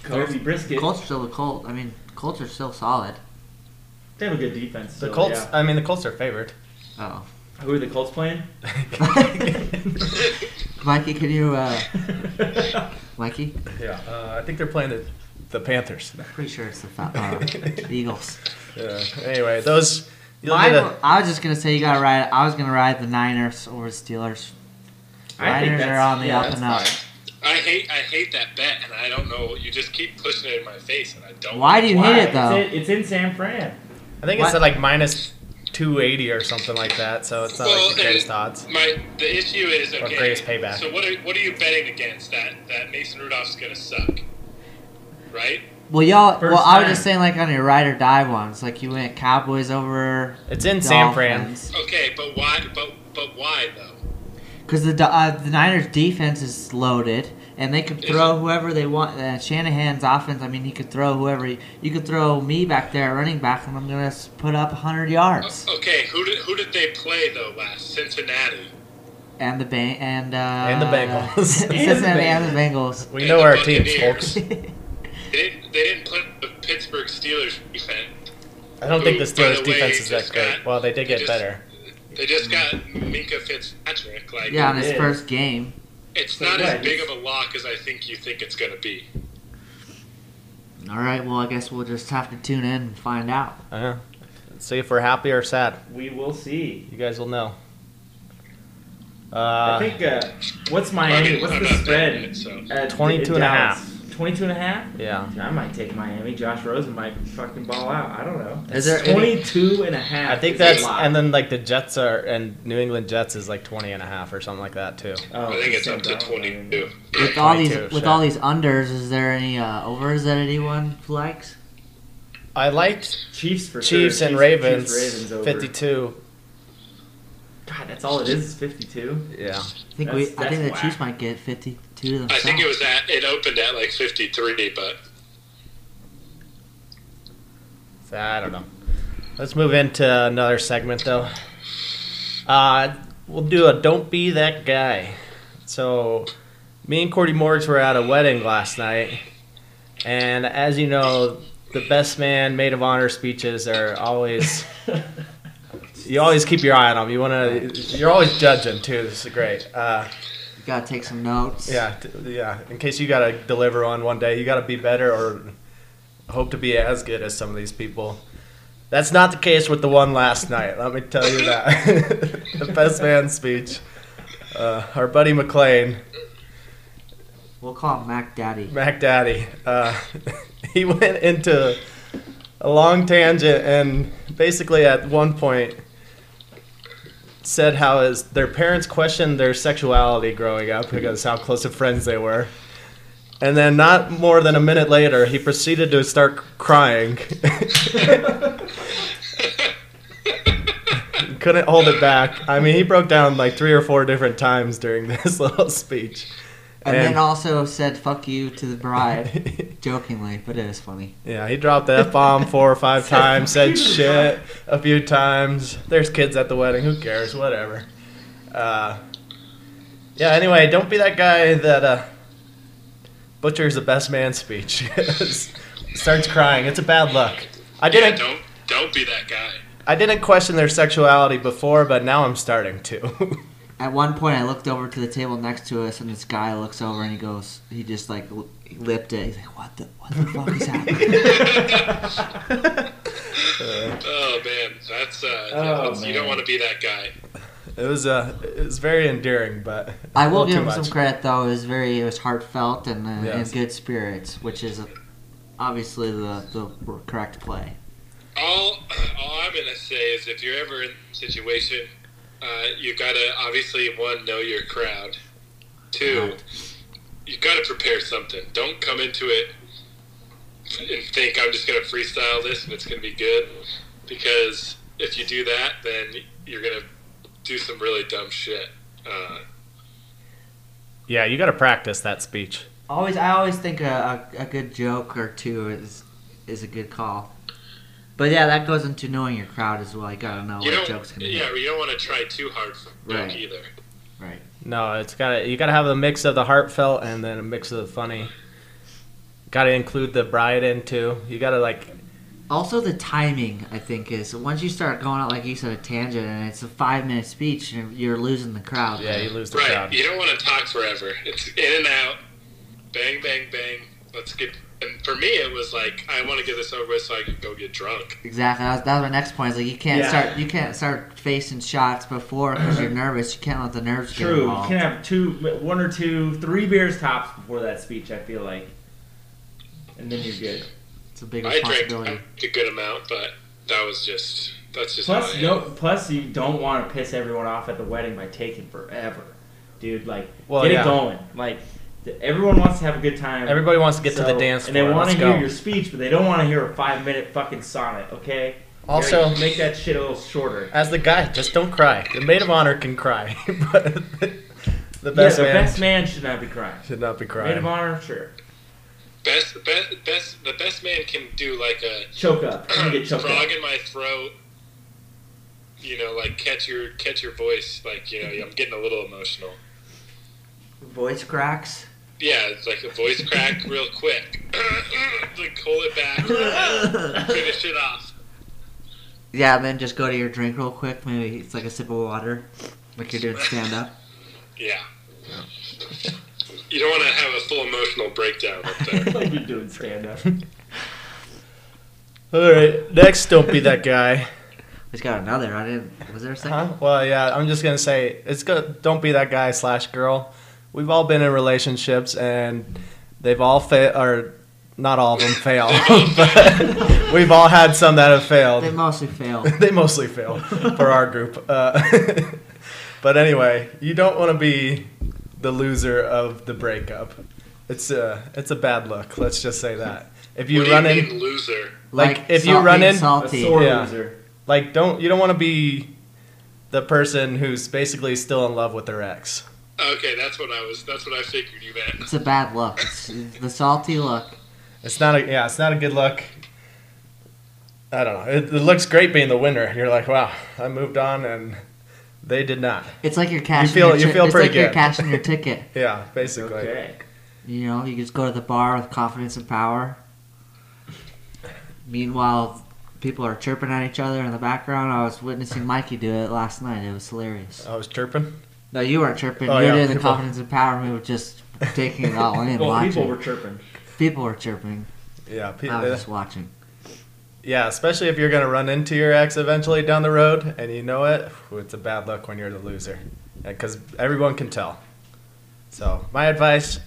S4: Kirby Brisket.
S3: Colts are still the Colt. I mean, Colts are still solid.
S4: They have a good defense.
S2: The
S4: still,
S2: Colts.
S4: yeah.
S2: I mean, the Colts are favored.
S3: Oh,
S4: Who are the Colts playing?
S2: Uh,
S3: Mikey, can you, uh,
S4: yeah,
S3: Mikey?
S2: yeah, uh, I think they're playing the the Panthers.
S3: Pretty sure it's the Fal- uh, the Eagles.
S2: Yeah. Anyway, those. You'll
S3: Mine,
S2: need
S3: wa-
S2: a,
S3: I was just gonna say you gotta ride. I was gonna ride the Niners over the Steelers.
S4: I
S3: Niners
S4: think
S3: are
S4: that's-
S3: on the
S4: yeah,
S3: up and up.
S4: that's
S1: I hate I hate that bet, and I don't know. You just keep pushing it in my face, and I don't.
S3: Why do you
S4: Why?
S3: hate it though?
S4: It's in, it's in San Fran.
S2: I think it's at like minus two eighty or something like that. So it's not
S1: Well,
S2: like the greatest
S1: and-
S2: odds.
S1: My the issue is okay.
S2: Or greatest payback.
S1: So what are what are you betting against? That that Mason Rudolph's gonna suck, right?
S3: Well, y'all.
S4: First
S3: well, I was
S4: time.
S3: just saying, like on your ride or die ones, like you went Cowboys over
S2: It's in San Fran.
S3: Dolphins.
S1: Okay, but why? But but why though?
S3: because the Do- uh, the Niners defense is loaded, and they could throw whoever they want. Uh, Shanahan's offense, I mean, he could throw whoever. He, you could throw me back there, running back, and I'm gonna s- put up 100 yards.
S1: O- Okay, who did who did they play though last? Cincinnati.
S3: And the bang and uh,
S2: And the Bengals.
S3: Cincinnati and the Bengals.
S2: We
S1: and
S2: know
S1: the
S2: our teams,
S1: Buccaneers.
S2: folks.
S1: They didn't, they didn't play the Pittsburgh Steelers defense.
S2: I don't think the
S1: Who, by
S2: Steelers
S1: the way,
S2: defense is that
S1: just
S2: great.
S1: got-
S2: Well, they did
S1: they
S2: get
S1: just-
S2: better.
S1: They just got
S2: Mm.
S1: Minka Fitzpatrick. Like,
S3: Yeah, in his
S4: Yeah.
S3: first game.
S1: it's
S4: So,
S1: not
S4: yeah,
S1: as big
S4: he's-
S1: of a lock as I think you think it's going to be.
S3: All right, well, I guess we'll just have to tune in and find out.
S2: I know. Uh-huh. See if we're happy or sad.
S4: We will see.
S2: You guys will know.
S4: I
S2: Uh,
S4: think, uh, what's
S1: Fucking-
S4: Miami? What's
S1: I'm
S4: the
S1: not betting it,
S4: spread?
S1: so.
S4: at-
S2: 22
S4: in
S2: and a
S4: Dallas?
S2: half.
S4: 22 and a half?
S2: yeah.
S4: Dude, I might take Miami. Josh Rosen might fucking ball out. I don't know.
S3: Is there any-
S4: 22 and a
S2: I
S4: half?
S2: think
S4: is a
S2: that's
S4: lot.
S2: and then like the Jets are and New England Jets is like 20 and a half or something like that too.
S4: Oh,
S1: I think it's
S4: Sam
S1: up to
S4: Darnold, I mean.
S1: 22.
S3: With all these,
S2: 22,
S3: with
S2: sure.
S3: all these unders, is there any uh, overs that anyone likes?
S2: I liked
S4: Chiefs for sure.
S2: Chiefs and Ravens,
S4: Ravens over.
S2: 52.
S4: God, that's all it is. Is 52.
S2: Yeah.
S3: I think
S4: That's-
S3: we, I think
S4: that's
S3: the
S4: whack.
S3: Chiefs might get fifty-two
S1: I
S3: themselves.
S1: think it was at it opened at like 53, but
S2: So, I don't know. Let's move into another segment though. Uh, we'll do a don't be that guy. So, me and Cordy Morgs were at a wedding last night, and as you know, the best man maid of honor speeches are always you always keep your eye on them. You want to you're always judging too. This is great. Uh,
S3: You gotta take some notes.
S2: yeah, t- yeah. In case you gotta deliver on one day, you gotta be better or hope to be as good as some of these people. That's not the case with the one last night. Let me tell you that. the best man speech. Uh, our buddy McLean,
S3: We'll call him Mac Daddy.
S2: Mac Daddy, uh, he went into a long tangent and basically at one point said how his their parents questioned their sexuality growing up because how close of friends they were. And then not more than a minute later, he proceeded to start crying. Couldn't hold it back. I mean, he broke down like three or four different times during this little speech.
S3: And then
S2: And-
S3: also said "fuck you" to the bride, jokingly, but it is funny.
S2: Yeah, he dropped the F bomb four or five times, said shit a few times. There's kids at the wedding, who cares? Whatever. Uh, yeah, anyway, don't be that guy that uh, butchers the best man speech. Starts crying. It's a bad look. I
S1: yeah,
S2: didn't
S1: don't don't be that guy.
S2: I didn't question their sexuality before, but now I'm starting to.
S3: At one point, I looked over to the table next to us, and this guy looks over and he goes, he just like l- he lipped it. He's like, "What the, what the fuck is happening?"
S2: Uh,
S1: Oh man, that's uh,
S4: Oh,
S1: that's- you don't
S4: man.
S1: want to be that guy.
S2: it was uh, it was very endearing, but
S3: I
S2: a little
S3: will give
S2: too
S3: him
S2: much.
S3: some credit though. It was very, it was heartfelt and uh,
S2: Yes.
S3: in good spirits, which is obviously the the correct play.
S1: All all I'm gonna say is if you're ever in a situation, uh, you gotta obviously one know your crowd. Two, you gotta prepare something. Don't come into it and think I'm just gonna freestyle this and it's gonna be good. Because if you do that, then you're gonna do some really dumb shit. Uh,
S2: Yeah, you got to practice that speech.
S3: Always, I always think a, a, a good joke or two is is a good call. But yeah, that goes into knowing your crowd as well. You gotta know
S1: you
S3: what
S1: don't,
S3: joke's gonna
S1: yeah, you don't want to try too hard for a joke
S3: Right.
S1: either.
S3: be. Right.
S2: No, it's gotta you gotta have a mix of the heartfelt and then a mix of the funny. Gotta include the bride in too. You gotta like
S3: Also, the timing I think is once you start going out like you said a tangent and it's a five minute speech, you're, you're losing the crowd.
S2: yeah, you lose the
S1: Right.
S2: crowd.
S1: You don't want to talk forever. It's in and out. Bang, bang, bang. Let's get. And for me, it was like I want to get this over with so I can go get drunk.
S3: Exactly. That was, that was my next point. Is like you can't
S4: Yeah.
S3: start you can't start facing shots before because you're nervous. You can't let the nerves get
S4: True. You
S3: involved.
S4: can have two, one or two, three beers tops before that speech. I feel like, and then you're good.
S3: It's a big
S1: I drank
S3: responsibility.
S1: a good amount, but that was just that's just. how
S4: Plus,
S1: I am.
S4: no. Plus, you don't want to piss everyone off at the wedding by taking forever, dude. Like,
S2: Well,
S4: get
S2: yeah.
S4: it going. Like, th- everyone wants to have a good time.
S2: Everybody wants to get to
S4: So-
S2: the dance
S4: and
S2: floor.
S4: they want
S2: Let's
S4: to hear
S2: go.
S4: your speech, but they don't want to hear a five-minute fucking sonnet. Okay.
S2: Also-
S4: Like, make that shit a little shorter.
S2: As the guy, just don't cry. The maid of honor can cry, but the best
S4: yeah, the
S2: man
S4: best man should not be crying.
S2: should not be
S4: Maid of
S2: crying.
S4: honor, sure.
S1: Best, best, best. The best man can do like a
S4: Choke up. You get choked up.
S1: frog in my throat. You know, like catch your catch your voice. Like you know, I'm getting a little emotional.
S3: Voice cracks.
S1: Yeah, it's like a voice crack real quick. like hold it back, finish it off.
S3: Yeah, and then just go to your drink real quick. Maybe it's like a sip of water, like you're doing stand up.
S1: Yeah. You don't want to have a full emotional breakdown up there.
S4: like you're doing stand up.
S2: All right, next, don't be that guy.
S3: He's got another. I didn't. Was there a second?
S2: Huh? Well, yeah, I'm just gonna say it's good. Don't be that guy slash girl. We've all been in relationships, and they've all failed, or not all of them fail, but we've all had some that have
S3: They
S2: failed.
S3: mostly fail.
S2: They mostly fail for our group. Uh, but anyway, you don't want to be the loser of the breakup. It's a it's a bad look. Let's just say that. If you
S1: what
S2: run
S1: do you
S2: in,
S1: mean, loser?
S2: like, if you
S3: salt-
S2: run
S3: being
S2: in,
S4: A
S3: salty.
S4: sore
S2: Yeah.
S4: loser.
S2: like don't you don't want to be the person who's basically still in love with their ex.
S1: Okay, that's what I was. That's what I figured you meant.
S3: It's a bad look. It's the salty look.
S2: It's not a yeah, it's not a good look. I don't know. It, it looks great being the winner. You're like, wow, I moved on, and they did not.
S3: It's like you're cashing.
S2: feel-
S3: your
S2: you
S3: ti-
S2: feel
S3: it's
S2: pretty
S3: like You're
S2: good.
S3: cashing your ticket.
S2: Yeah, basically.
S4: Okay.
S3: You know, you just go to the bar with confidence and power. Meanwhile, people are chirping at each other in the background. I was witnessing Mikey do it last night. It was hilarious.
S2: I was Oh, chirping.
S3: No, you weren't chirping.
S2: Oh,
S3: you were
S2: yeah,
S3: doing the
S2: people-
S3: confidence and power move, just taking it all in,
S4: Well,
S3: watching.
S4: people were chirping.
S3: people were chirping.
S2: Yeah, uh, pe-
S3: I was just watching.
S2: yeah. Especially if you're gonna run into your ex eventually down the road, and you know it. whew, It's a bad look when you're the loser, because everyone can tell. So my advice: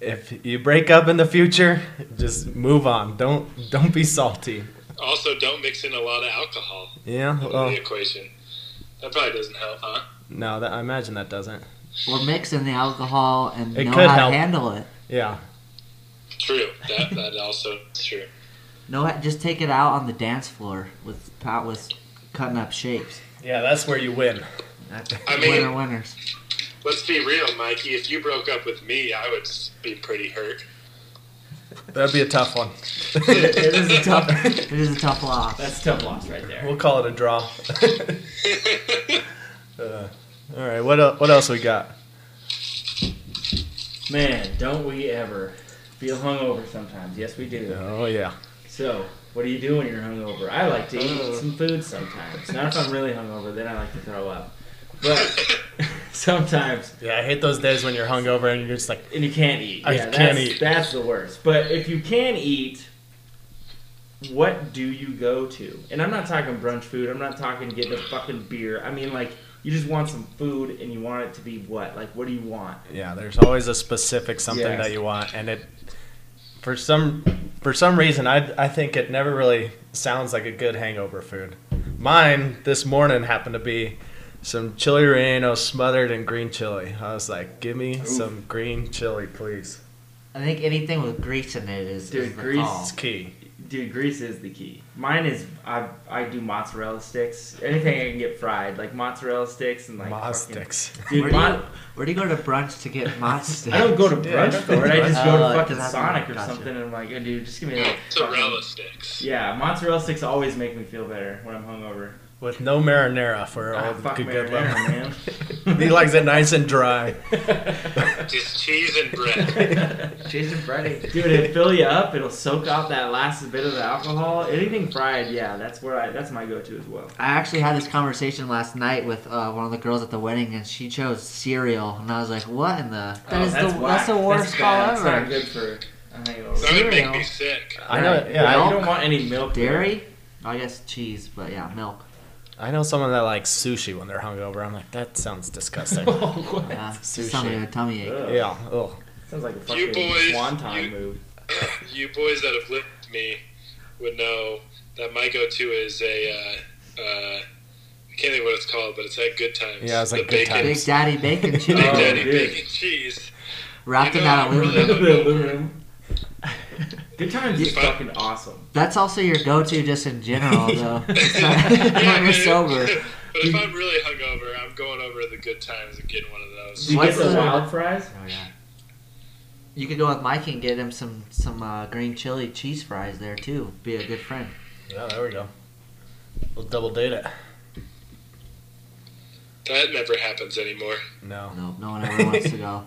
S2: if you break up in the future, just move on. Don't don't be salty.
S1: Also, don't mix in a lot of alcohol
S2: Yeah.
S1: into
S2: Well,
S1: the equation. That probably doesn't help, huh?
S2: no, that, I imagine that doesn't.
S3: We're mixing the alcohol and
S2: It
S3: know
S2: could
S3: how
S2: help.
S3: to handle it.
S2: Yeah.
S1: True. That that also is true.
S3: No, just take it out on the dance floor with Pat with cutting up shapes.
S2: Yeah, that's where you win.
S3: That's
S1: I mean-
S3: winner winners.
S1: Let's be real, Mikey. If you broke up with me, I would be pretty hurt.
S2: That'd be a tough one.
S4: It is a tough.
S3: It is a tough loss.
S4: That's a tough loss right there.
S2: We'll call it a draw. Uh, All right, what el- what else we got?
S4: Man, don't we ever feel hungover sometimes? Yes, we do.
S2: Oh yeah,
S4: So, what do you do when you're hungover? I like to eat some food sometimes. Not if I'm really hungover, then I like to throw up. But sometimes,
S2: yeah. I hate those days when you're hungover and you're just like,
S4: and you can't eat.
S2: I
S4: yeah,
S2: can't
S4: that's,
S2: eat.
S4: That's the worst. But if you can eat, what do you go to? And I'm not talking brunch food. I'm not talking getting a fucking beer. I mean, like, you just want some food and you want it to be what? Like, what do you want?
S2: yeah. There's always a specific something
S4: Yeah.
S2: that you want, and it for some for some reason I I think it never really sounds like a good hangover food. Mine this morning happened to be some chili relleno smothered in green chili. I was like, give me some green chili, please.
S3: I think anything with grease in it is,
S4: Dude,
S3: is the
S4: grease-
S3: call.
S2: It's key.
S4: Dude, grease is the key. Mine is I I do mozzarella sticks. Anything I can get fried, like mozzarella sticks and like
S2: Moz
S4: fucking-
S2: sticks.
S3: Where
S4: Dude,
S3: do, you,
S4: mo-
S3: where do you go to brunch to get mozzarella sticks?
S4: I don't go to brunch
S2: Yeah, I don't
S4: for
S2: go to
S4: it. I just
S3: brunch.
S4: go
S3: Oh,
S4: to
S3: like,
S4: fucking
S3: 'cause that's
S4: Sonic or
S3: gotcha.
S4: something, and I'm like, oh, dude, just give me like
S1: Mozzarella
S4: fucking-
S1: sticks.
S4: Yeah, mozzarella sticks always make me feel better when I'm hungover.
S2: With no marinara for all
S4: Ah,
S2: the
S4: fuck
S2: good, good level.
S4: marinara,
S2: he likes it nice and dry.
S1: Just cheese and bread.
S4: man.
S3: Cheese and bread.
S4: Dude, it'll fill you up. It'll soak out that last bit of the alcohol. Anything fried, yeah, that's where I that's my go-to as well.
S3: I actually had this conversation last night with uh, one of the girls at the wedding, and she chose cereal, and I was like, "What in the? That
S4: Oh,
S3: is the
S4: whack.
S3: that's the worst
S4: bad.
S3: call
S4: It's
S3: ever."
S4: not good for a hangover.
S1: That would make
S3: Cereal.
S1: me sick.
S2: I know.
S4: Right.
S2: Yeah, I-
S4: you don't want any milk.
S3: Dairy? I guess cheese, but yeah, milk.
S2: I know someone that likes sushi when they're hungover. I'm like, that sounds disgusting.
S4: Oh, what?
S3: Yeah, it's
S2: Sushi.
S3: Uh, just something with a tummy ache.
S4: Ugh.
S2: yeah. Ugh.
S4: Sounds like a fucking
S1: You boys-
S4: swanton
S1: you-
S4: move.
S1: You boys that have lived with me would know that my go-to is a. Uh, uh, I can't think what it's called, but it's at Good Times.
S2: Yeah, it's like
S1: The
S2: Good
S1: bacon-
S2: Times.
S3: Big Daddy Bacon
S1: Big
S3: Cheese
S4: Oh,
S1: Daddy
S4: dude.
S1: bacon cheese.
S3: wrapped
S1: You
S3: in
S1: know,
S3: that
S1: I'm really
S3: aluminum.
S1: hungry.
S4: Good times is
S1: Yeah.
S4: fucking awesome.
S3: That's also your go-to just in general, though.
S1: Yeah,
S3: when you're
S1: but-
S3: sober.
S1: But if I'm really hungover, I'm going over to the Good Times and getting one of those.
S4: Do you get
S3: What's
S4: the
S3: the-
S4: wild fries?
S3: Oh, yeah. You could go with Mikey and get him some some uh, green chili cheese fries there too. Be a good friend.
S2: Yeah, there we go. We'll double date it.
S1: That never happens anymore.
S2: No.
S3: No, no one ever wants to go.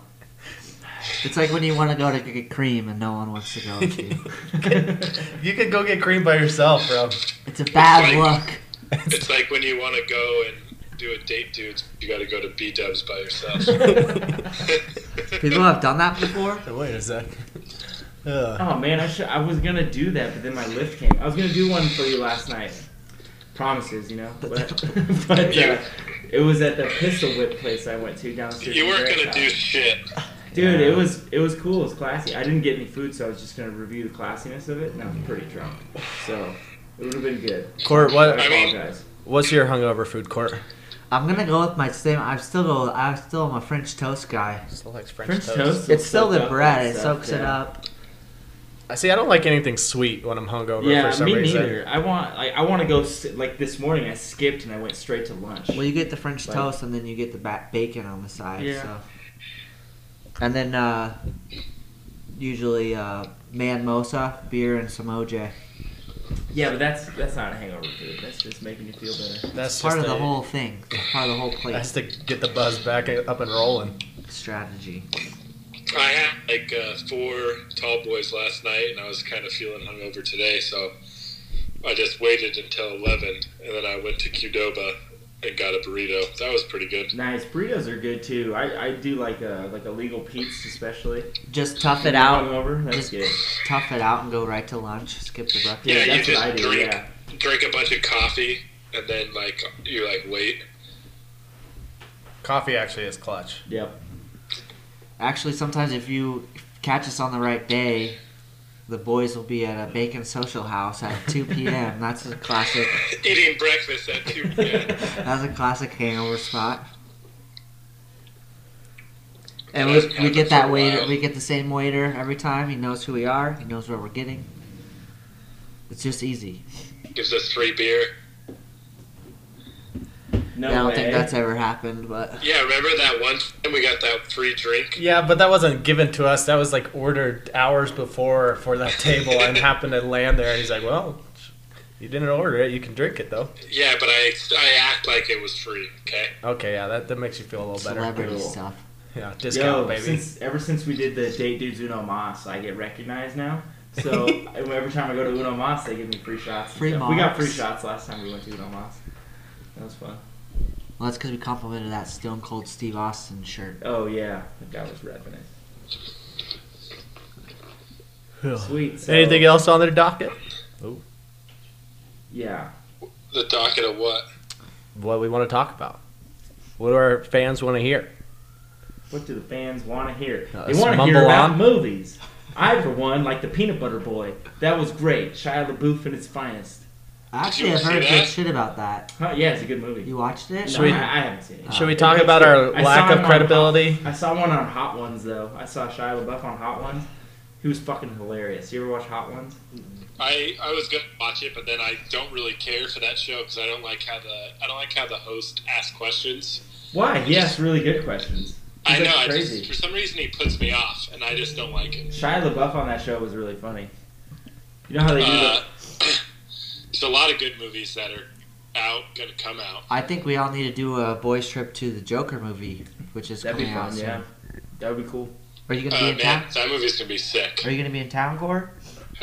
S3: It's like when you want to go to get cream and no one wants to go with you.
S2: You could go get cream by yourself, bro.
S3: It's a bad
S1: It's like-
S3: look.
S1: It's like when you want to go and do a date, dudes. You got to go to B Dubs by yourself.
S3: People have done that before.
S2: Wait a sec. Ugh.
S4: Oh man, I should, I was gonna do that, but then my lift came. I was gonna do one for you last night. Promises, you know. But, but uh, it was at the pistol whip place I went to downstairs.
S1: you
S4: from
S1: weren't
S4: Greg's
S1: gonna do
S4: house.
S1: shit.
S4: Dude, it was it was cool. It was classy. I didn't get any food, so I was just gonna review the classiness of it, and I'm pretty drunk, so it would have been good.
S2: Court,
S4: I
S2: what
S1: I mean-
S4: apologize.
S2: what's your hungover food, Court?
S3: I'm gonna go with my same. I'm still go. I'm still am a French toast guy.
S2: Still likes
S4: French toast.
S3: It's still
S4: soaked
S3: the
S4: up
S3: bread.
S4: and
S3: It
S4: stuff,
S3: soaks it
S4: yeah.
S3: up.
S2: I see. I don't like anything sweet when I'm hungover.
S4: Yeah,
S2: for some
S4: me
S2: reason.
S4: neither. I want like I want to go s like this morning. I skipped and I went straight to lunch.
S3: Well, you get the French
S4: Like-
S3: toast and then you get the ba- bacon on the side.
S4: Yeah.
S3: So. And then uh, usually uh, man mosa, beer, and some OJ.
S4: Yeah, but that's that's not a hangover food. That's just making you feel better.
S2: That's
S3: Part of
S2: just
S3: the
S2: a-
S3: whole thing. Part of the whole plate
S2: That's to get the buzz back up and rolling.
S3: strategy.
S1: I had like uh, four tall boys last night, and I was kind of feeling hungover today, so I just waited until eleven, and then I went to Qdoba and got a burrito. That was pretty good.
S4: Nice burritos are good too. I, I do like a like a legal Pete's especially.
S3: Just tough it out.
S4: Hungover,
S3: Just
S4: that's good.
S3: tough it out and go right to lunch. Skip the breakfast.
S1: Yeah, you
S4: that's
S1: just
S4: what I do.
S1: drink.
S4: Yeah,
S1: Drink a bunch of coffee, and then like you like wait.
S2: Coffee actually is clutch.
S4: yep.
S3: Actually, sometimes if you catch us on the right day, the boys will be at a bacon social house at 2 p.m. That's a classic.
S1: Eating breakfast at two. Yeah.
S3: That's a classic hangover spot. And we, we get that waiter. We get the same waiter every time. He knows who we are. He knows what we're getting. It's just easy.
S1: Gives us free beer.
S4: No
S3: I don't
S4: way.
S3: think that's ever happened, but
S1: Yeah, remember that one time we got that free drink?
S2: Yeah, but that wasn't given to us. That was like ordered hours before for that table, and happened to land there. And he's like, "Well, you didn't order it. You can drink it though."
S1: Yeah, but I I act like it was free. Okay.
S2: Okay, yeah, that, that makes you feel a little better.
S3: celebrity
S4: Cool.
S3: stuff.
S2: Yeah,
S4: Yo,
S2: discount, baby.
S4: since ever since we did the date dudes Uno Mas, I get recognized now. So every time I go to Uno Mas, they give me free shots. and
S3: Free
S4: stuff. We
S3: Mas.
S4: got free shots last time we went to Uno Mas. That was fun.
S3: Well, that's because we complimented that Stone Cold Steve Austin shirt.
S4: Oh yeah, the guy was repping it. Sweet. So,
S2: Anything else on their docket?
S4: Yeah.
S1: The docket of what?
S2: What we want to talk about? What do our fans want to hear?
S4: What do the fans want to hear?
S2: Uh,
S4: they want to
S2: mumble
S4: hear about
S2: on.
S4: movies. I, for one, like the Peanut Butter Boy. That was great. Shia LaBeouf in its finest.
S3: Actually,
S1: you
S3: I've
S1: see
S3: heard
S1: that?
S3: good shit about that.
S4: Huh, yeah, it's a good movie.
S3: You watched it?
S4: No,
S2: Should we-
S4: I, I haven't seen it.
S2: Should we
S4: It
S2: talk
S4: looks
S2: about our
S4: good. I
S2: lack
S4: saw
S2: of
S4: him on
S2: credibility?
S4: Hot- I saw one on Hot Ones though. I saw Shia LaBeouf on Hot Ones. He was fucking hilarious. You ever watch Hot Ones?
S1: I I was gonna watch it, but then I don't really care for that show because I don't like how the I don't like how the host asks questions.
S4: Why? He asked really good questions. He's
S1: I know.
S4: like
S1: I
S4: crazy.
S1: just, for some reason, he puts me off, and I just don't like it.
S4: Shia LaBeouf on that show was really funny. You know how they do
S1: Uh,
S4: that?
S1: there's a lot of good movies that are out gonna come out.
S3: I think we all need to do a boys trip to the Joker movie, which is
S4: That'd be
S3: coming out
S4: fun.
S3: soon.
S4: Yeah, that would be cool.
S3: Are you
S1: Uh,
S3: gonna be in
S1: man,
S3: town?
S1: that movie's gonna be sick.
S3: Are you gonna be in town, Gore?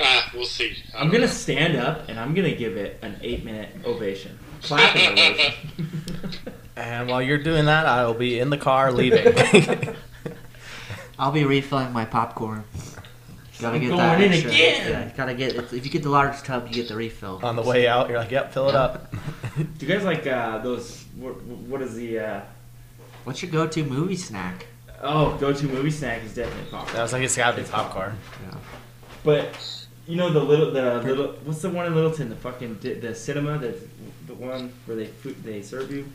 S1: Ah, we'll see. I
S4: I'm
S1: don't
S4: gonna stand up and I'm gonna give it an eight minute ovation. Clapping ovation.
S2: And while you're doing that, I will be in the car leaving.
S3: I'll be refilling my popcorn. Gotta
S4: I'm
S3: get
S4: going
S3: that
S4: in
S3: extra.
S4: again.
S3: Yeah, gotta get if you get the large tub, you get the refill.
S2: On the way out, you're like, "Yep, fill it up."
S4: Do you guys like uh, those? What, what is the? Uh,
S3: What's your go-to movie snack?
S4: oh, go-to movie snack is definitely
S2: That
S4: popcorn.
S2: was like it's gotta be popcorn.
S4: But you know the little, the little. What's the one in Littleton? The fucking di- the cinema. The the one where they food, they serve you.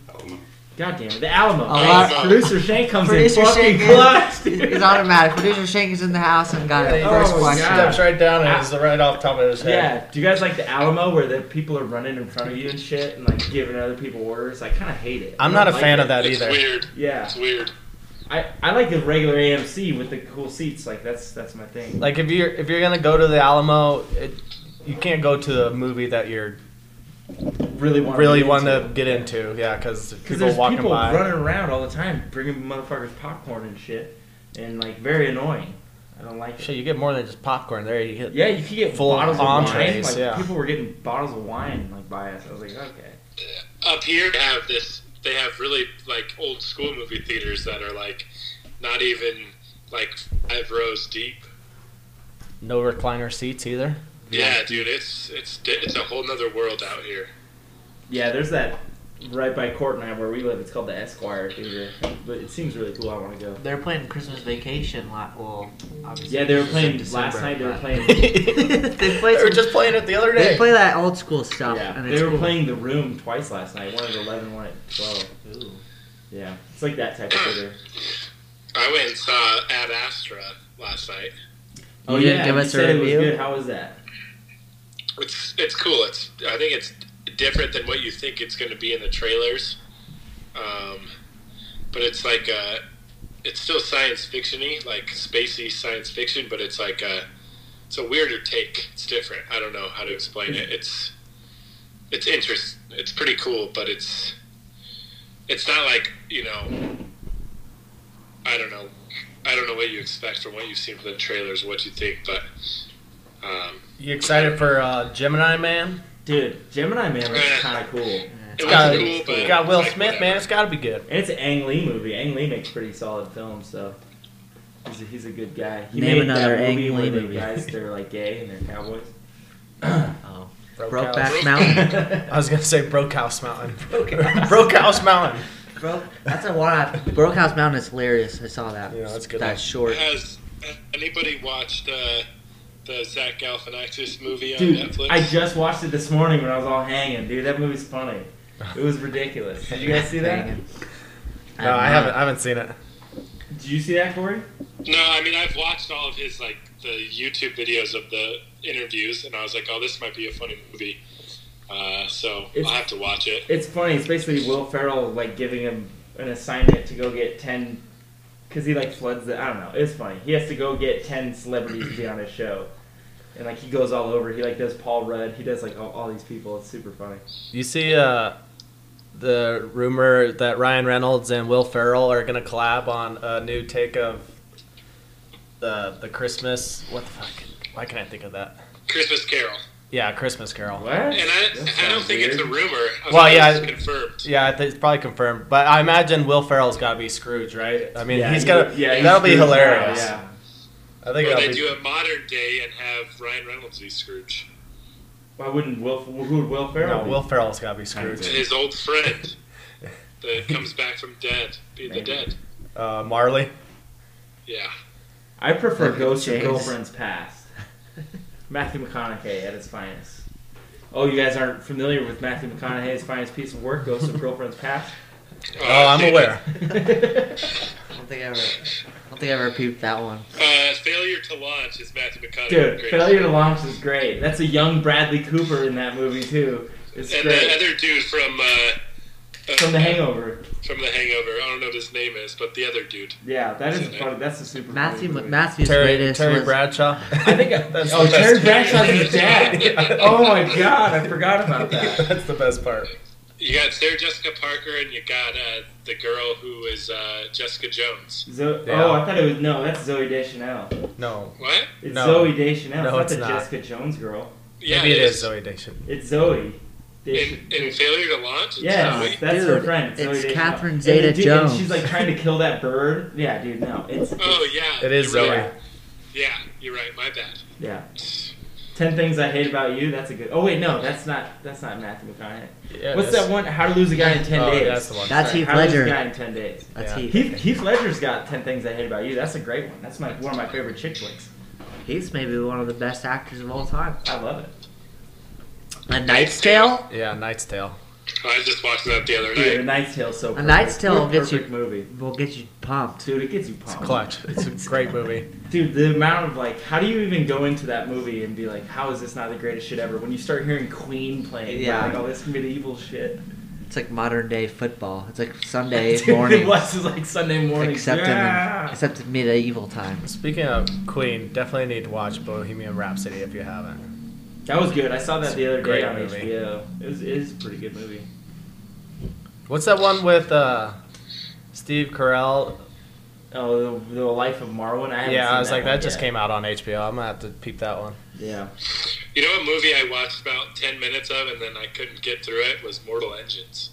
S4: God damn it, the Alamo.
S3: A
S1: lot-
S4: Thanks, Producer Shank comes
S3: Producer
S4: in fucking
S3: Shank
S4: clutch.
S3: is,
S4: dude.
S3: is automatic. Producer Shank is in the house and got it. First
S4: Oh,
S3: question.
S4: God.
S2: Steps right down and it's right off top of his head.
S4: Yeah. Do you guys like the Alamo where the people are running in front of you and shit and like giving other people orders? I kind of hate it. I
S2: I'm not
S4: don't
S2: a
S4: like
S2: fan
S4: it.
S2: of that
S1: it's
S2: either.
S1: weird.
S4: Yeah.
S1: It's weird.
S4: I, I like the regular AMC with the cool seats. Like that's that's my thing.
S2: Like if you're if you're gonna go to the Alamo, it, you can't go to a movie that you're
S4: Really want
S2: really want to get into. Yeah, because
S4: because
S2: people
S4: there's
S2: walking
S4: people
S2: by.
S4: running around all the time, bringing motherfuckers popcorn and shit. and like very annoying. I don't like it.
S2: Shit, you get more than just popcorn there. You get
S4: Yeah, you could get
S2: Full
S4: bottles of
S2: entrees,
S4: wine. Like
S2: yeah.
S4: people were getting bottles of wine like by us. I was like, okay.
S1: up here they have this they have really like old school movie theaters that are like not even like five rows deep
S2: no recliner seats either.
S1: yeah, dude it's it's it's a whole nother world out here
S4: Yeah, there's that right by Court and I where we live. It's called the Esquire Theater, but it seems really cool. I want to go.
S3: They're playing Christmas Vacation. la- Well, obviously.
S4: Yeah, they were
S3: it's
S4: playing
S3: in
S4: last night. They were
S3: but-
S4: playing.
S3: they played.
S2: They were
S3: Some,
S2: just playing it the other
S3: they
S2: day.
S3: play that old school stuff.
S4: Yeah,
S3: and
S4: they
S3: it's
S4: were
S3: cool.
S4: playing The Room twice last night. One at eleven, one at twelve.
S3: Ooh.
S4: Yeah, it's like that type of theater.
S1: i went and saw ad astra last night
S3: Oh, you didn't give
S4: you
S3: us a
S4: said it was
S3: review?
S4: good. How was that?
S1: it's it's cool it's i think it's different than what you think it's going to be in the trailers um, but it's like uh it's still science fictiony like spacey science fiction but it's like a it's a weirder take it's different i don't know how to explain it it's it's interest it's pretty cool but it's it's not like you know i don't know i don't know what you expect from what you've seen from the trailers what you think but um
S2: You excited for uh, Gemini Man?
S4: Dude, Gemini Man was kind of cool, and
S3: Yeah.
S1: It
S2: It's
S1: was
S2: got,
S1: cool, but
S2: it's Uh, got Will
S1: like,
S2: Smith, man.
S1: whatever.
S2: It's got to be good.
S4: it's an Ang Lee movie. Ang Lee makes pretty solid films, so he's a, he's a good guy. He
S3: Name
S4: made
S3: another
S4: that
S3: Ang
S4: movie
S3: Lee
S4: where the
S3: movie.
S4: guys they're like gay and they're cowboys.
S3: Oh,
S2: Broke
S3: Brokeback
S1: House.
S3: Mountain.
S2: I was gonna say Broke House Mountain.
S3: Brokehouse.
S2: Broke House Mountain.
S3: Bro, that's a one. I, Broke House Mountain is hilarious. I saw that.
S2: Yeah, that's a good
S3: That
S2: one.
S3: short.
S1: Has anybody watched uh, the Zach Galifianakis movie on
S4: Dude,
S1: Netflix?
S4: I just watched it this morning when I was all hanging. Dude, that movie's funny. It was ridiculous. Did you guys see that?
S3: Hanging.
S2: No, I haven't. I haven't seen it.
S4: Did you see that, Corey?
S1: no, I mean I've watched all of his like the YouTube videos of the interviews, and I was like, oh, this might be a funny movie. Uh, so
S4: It's-
S1: I'll have to watch it.
S4: It's funny. It's basically Will Ferrell like giving him an assignment to go get ten, because he like floods the. I don't know. It's funny. He has to go get ten celebrities to be on his show, and like he goes all over. He like does Paul Rudd. He does like all, all these people. It's super funny.
S2: You see, uh, the rumor that Ryan Reynolds and Will Ferrell are gonna collab on a new take of the the Christmas. What the fuck? Why can't I think of that?
S1: Christmas Carol,
S2: Yeah, Christmas Carol.
S4: What?
S1: and I, I don't think it's a rumor. I was
S2: Well,
S1: like,
S2: yeah,
S1: it's
S2: I-
S1: confirmed.
S2: Yeah, I think it's probably confirmed. But I imagine Will Ferrell's gotta be Scrooge, right? I mean, he's gonna.
S4: Yeah, he's
S2: that'll be
S4: screwed now,
S2: hilarious.
S4: yeah.
S2: I think
S1: Or
S2: that'll
S1: they
S2: be.
S1: do a modern day and have Ryan Reynolds be Scrooge,
S4: Why wouldn't Will? Who would Will Ferrell?
S2: No,
S4: be?
S2: Will Ferrell's gotta be Scrooge.
S1: his old friend that comes back from dead, be the
S4: Maybe.
S1: dead.
S2: Uh, Marley.
S1: Yeah,
S4: I prefer
S3: Like
S4: Ghosts of
S3: James.
S4: Girlfriends Past. Matthew McConaughey at his finest. Oh, you guys aren't familiar with Matthew McConaughey's finest piece of work, Ghosts of Girlfriends Past?
S2: Oh, I'm aware.
S3: I don't think I ever. I don't think I ever peeped that one.
S1: Uh, failure to launch is Matthew McConaughey.
S4: Dude,
S1: Great.
S4: Failure to Launch is great. That's a young Bradley Cooper in that movie, too. It's
S1: And
S4: great.
S1: the other dude from uh, uh,
S4: From The Hangover.
S1: From the Hangover. I don't know what his name is, but the other dude.
S4: Yeah, that is funny. That's a super
S3: Matthew
S4: funny movie.
S3: Matthew's
S2: Terry,
S3: greatest
S2: Terry
S3: was
S2: Bradshaw.
S4: I think.
S2: That's
S4: oh,
S2: the best.
S4: Terry Bradshaw's his dad. Oh my god, I forgot about that.
S2: That's the best part.
S1: You got Sarah Jessica Parker, and you got uh, the girl who is uh, Jessica Jones.
S4: Zo-
S2: Yeah.
S4: Oh, I thought it was. No, that's Zoe Deschanel.
S2: No,
S1: What?
S4: It's
S2: No.
S4: Zoe Deschanel.
S2: No,
S4: not
S2: it's
S4: the
S2: not.
S4: Jessica Jones girl.
S1: Yeah,
S2: maybe it is Zoe Deschanel.
S4: It's Zoe. Desch-
S1: In, in failure to launch. It's
S4: yes,
S1: Zoe.
S4: that's her
S3: Dude,
S4: friend. Zoe
S3: it's
S4: Deschanel.
S3: Catherine
S4: And
S3: Zeta
S4: the dude-
S3: Jones.
S4: And she's like trying to kill that bird. Yeah, dude. No, it's.
S1: Oh yeah.
S2: It is
S1: you're
S2: Zoe.
S1: right. Yeah, you're right. My bad.
S4: Yeah. Ten things I hate about you. That's a good. Oh wait, no, that's not. That's not Matthew McConaughey.
S2: Yeah,
S4: What's
S2: that's-
S4: that one? How to lose a guy in ten
S2: oh,
S4: days.
S2: yeah, that's the one.
S3: That's
S4: Sorry,
S3: Heath
S4: How to Lose a
S3: Ledger.
S4: Guy in ten days.
S3: That's
S2: Yeah.
S3: Heath.
S4: Heath, Heath Ledger's got ten things I hate about you. That's a great one. That's my one of my favorite chick flicks.
S3: Heath's maybe one of the best actors of all time.
S4: I love it.
S3: A Knight's Tale.
S2: Yeah, Knight's Tale.
S1: I just watched that the other
S4: Dude, A
S1: night.
S4: Knight's Tale's so. Perfect.
S3: Knight's Tale
S4: What a
S3: gets you-
S4: perfect movie.
S3: will get you pumped.
S4: Dude, it gets you pumped.
S2: Clutch. It's a great movie.
S4: Dude, the amount of like, how do you even go into that movie and be like, how is this not the greatest shit ever? When you start hearing Queen playing,
S3: Yeah.
S4: like all this medieval shit.
S3: It's like modern day football. It's like Sunday
S4: Dude,
S3: morning,
S4: it was it's like Sunday morning.
S3: except in
S4: yeah.
S3: except in medieval times.
S2: Speaking of Queen, definitely need to watch Bohemian Rhapsody if you haven't.
S4: that was good. I saw that the other day
S2: Great
S4: on
S2: movie.
S4: HBO. It was, it is a pretty good movie.
S2: What's that one with uh, Steve Carell
S4: Oh, the, the Life of Marwin. I haven't
S2: Yeah,
S4: seen
S2: I was like,
S4: one
S2: that just
S4: yet.
S2: came out on HBO. I'm gonna have to peep that one.
S4: Yeah.
S1: You know what movie I watched about ten minutes of and then I couldn't get through it was Mortal Engines.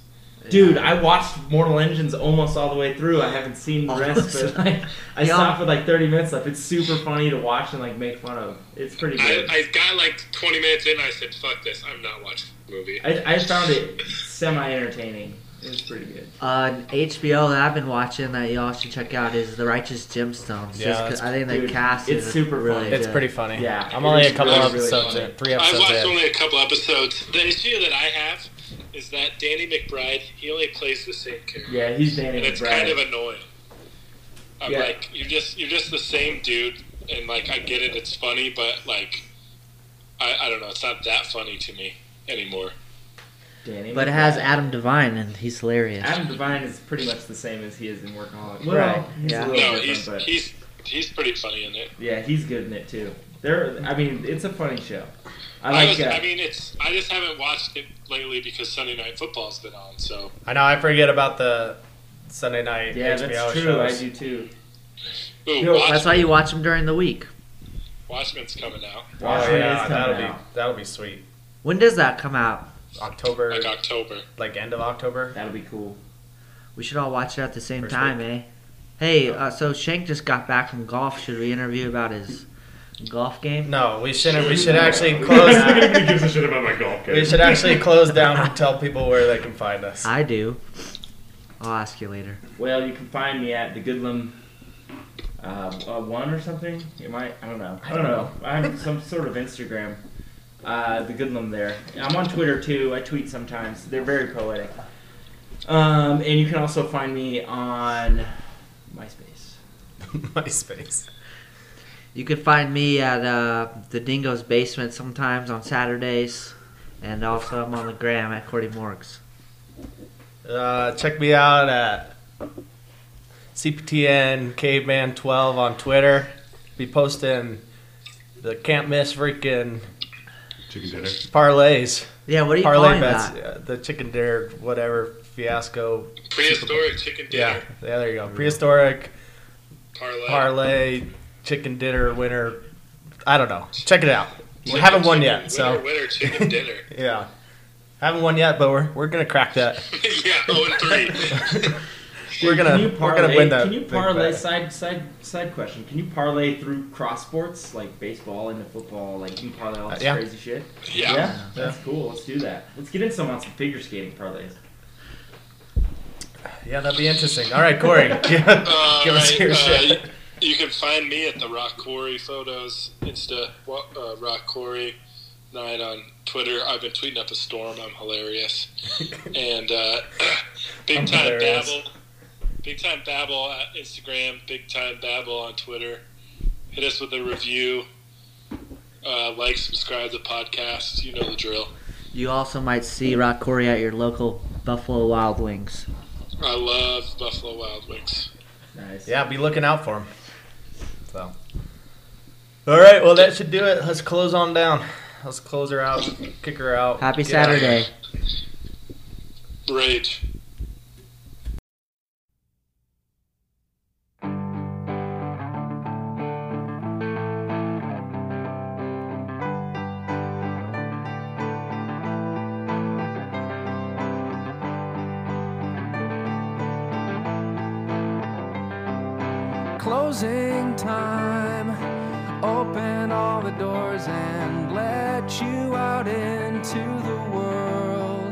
S4: Dude, I watched Mortal Engines almost all the way through. I haven't seen the rest,
S3: Almost.
S4: but like, I
S3: Yeah.
S4: stopped with like 30 minutes left. It's super funny to watch and like make fun of. It's pretty
S1: I,
S4: good. I,
S1: I got like twenty minutes in. I said, "Fuck this! I'm not watching the movie."
S4: I, found it semi entertaining. It was pretty good.
S3: Uh, an HBO that I've been watching that y'all should check out is The Righteous Gemstones.
S2: Yeah,
S3: just 'cause
S2: that's-
S3: I think the
S4: Dude,
S3: cast
S4: it's
S3: is
S4: super
S3: really
S4: really-
S3: good.
S2: It's pretty funny.
S4: Yeah.
S2: I'm only a
S4: It's
S2: couple
S4: really, really
S2: episodes
S4: funny.
S2: in, three
S1: I've
S2: episodes
S1: watched
S2: in.
S1: only a couple episodes. The issue that I have is that Danny McBride he only plays the same character,
S4: Yeah, he's Danny
S1: and it's
S4: McBride.
S1: kind of annoying. I'm
S4: Yeah.
S1: like, you're just you're just the same dude, and like I get it, it's funny, but like, I, I don't know, it's not that funny to me anymore.
S4: Danny
S3: But it
S4: McBride.
S3: has Adam Devine, and he's hilarious.
S4: Adam Devine is pretty much the same as he is in Workaholics. Well,
S3: Right,
S4: he's
S3: yeah.
S4: a little
S1: No,
S4: different,
S1: he's
S4: but
S1: he's he's pretty funny in it.
S4: yeah, he's good in it too. There, I mean, it's a funny show. I
S1: I,
S4: like.
S1: was,
S4: uh,
S1: I mean, it's I just haven't watched it lately because Sunday Night Football's been on, so.
S2: I know. I forget about the Sunday night
S4: yeah,
S2: HBO
S4: that's true.
S2: shows.
S4: I do too.
S1: Ooh,
S4: Yo,
S1: Watch,
S3: That's why you watch them during the week.
S1: Watchmen's coming out
S2: Oh
S4: Watchmen
S2: yeah,
S4: is
S2: that'll
S4: coming out.
S2: be that'll be sweet.
S3: When does that come out?
S2: October,
S1: like uh, October.
S2: like end of October.
S4: That'll be cool.
S3: We should all watch it at the same
S2: First
S3: time, eh? Hey, uh, so Shank just got back from golf. Should we interview about his golf game?
S2: No, we shouldn't. We should actually close.
S5: Nobody gives a shit about my golf
S2: we
S5: game.
S2: should actually close down and tell people where they can find us.
S3: I do. I'll ask you later.
S4: Well, you can find me at the Goodlum uh, uh, one or something. You might. I don't know. I don't know. I have some sort of Instagram. Uh, the Goodlum there. I'm on Twitter too. I tweet sometimes. They're very poetic. Um, and you can also find me on MySpace.
S2: MySpace.
S3: You can find me at uh, the Dingo's Basement sometimes on Saturdays, and also I'm on the gram at Cordy Morgs.
S2: Uh, check me out at CPTN Caveman 12 on Twitter. Be posting the can't miss freaking
S5: Chicken dinner.
S2: parlays,
S3: Yeah, what are you
S2: parlay
S3: calling
S2: bets,
S3: that?
S2: uh, the chicken dinner, whatever fiasco.
S1: Prehistoric chicken
S2: Yeah,
S1: dinner
S2: yeah, there you go. Prehistoric
S1: parlay.
S2: parlay chicken dinner winner. I don't know. Check it out. We haven't won
S1: Winner,
S2: yet, so
S1: winner chicken dinner.
S2: yeah, haven't won yet, but we're we're gonna crack that.
S1: yeah, zero and three.
S2: We're gonna
S4: Can you parlay?
S2: we're gonna win that.
S4: can you
S2: big
S4: parlay?
S2: bet.
S4: Side side side question. Can you parlay through cross sports like baseball into football? Like you can parlay all
S2: Uh,
S4: this
S2: yeah.
S4: crazy shit.
S1: Yeah.
S4: that's cool. Let's do that. Let's get in some on some figure skating parlays.
S2: Yeah, that'd be interesting. All right, Corey, give,
S1: Uh,
S2: give us
S1: right,
S2: your
S1: uh,
S2: shit.
S1: y- You can find me at the Rock Quarry Photos Insta wa- uh, Rock Quarry Nine on Twitter. I've been tweeting up a storm. I'm hilarious. And uh, Big
S2: I'm
S1: Time
S2: hilarious.
S1: Babble, Big Time Babble at Instagram, Big Time Babble on Twitter. Hit us with a review. Uh, like, subscribe to the podcast. You know the drill.
S3: You also might see Rock Corey at your local Buffalo Wild Wings.
S1: I love Buffalo Wild Wings.
S4: Nice.
S2: Yeah, be looking out for him. So. All right, well that should do it. Let's close on down. Let's close her out, kick her out.
S3: Happy
S2: Get out of here.
S3: Saturday.
S1: Rage.
S6: closing time. Open all the doors and let you out into the world.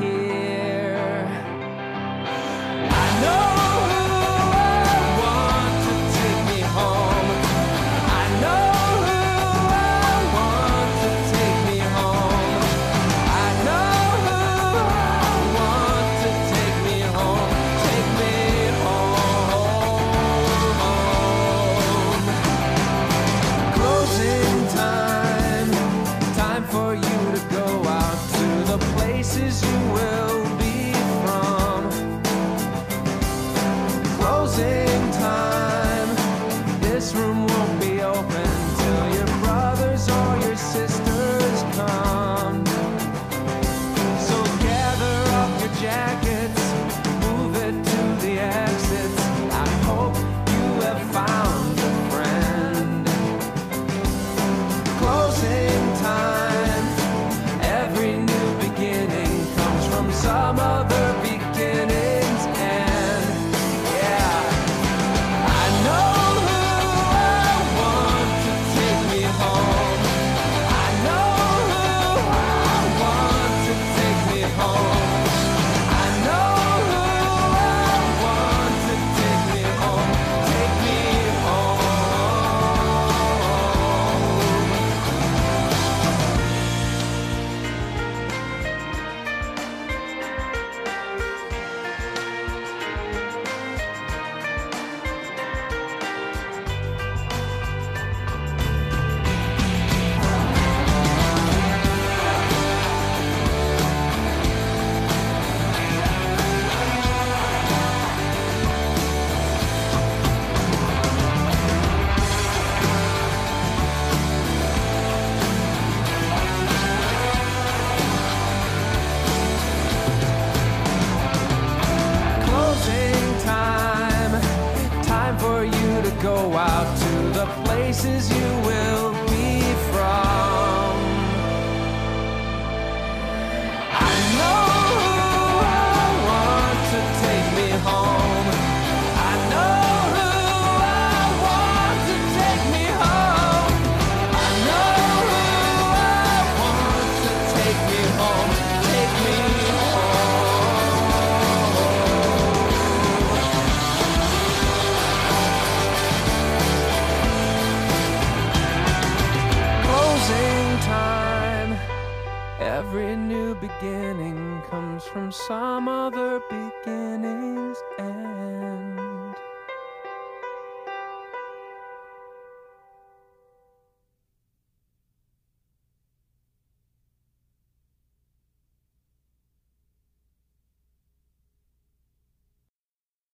S6: here. I know who I want to take me home. I know who I want to take me home. I know who I want to take me home. Take me home. closing time. This room won't be open till your brothers or your sisters come. So gather up your jackets, move it to the exits. I hope you have found a friend. Closing time. Every new beginning comes from some other beginning's end. Yeah. I know who I want to take me home. I know who I want to take me home. I know who I want to take me home. Take me home. closing time. Time for you to go out to the places you will be from. I know who I want to take me home. I know who I want to take me home. I know who I want to take me home. Take me home. closing time. Every new beginning comes from some other beginning's end.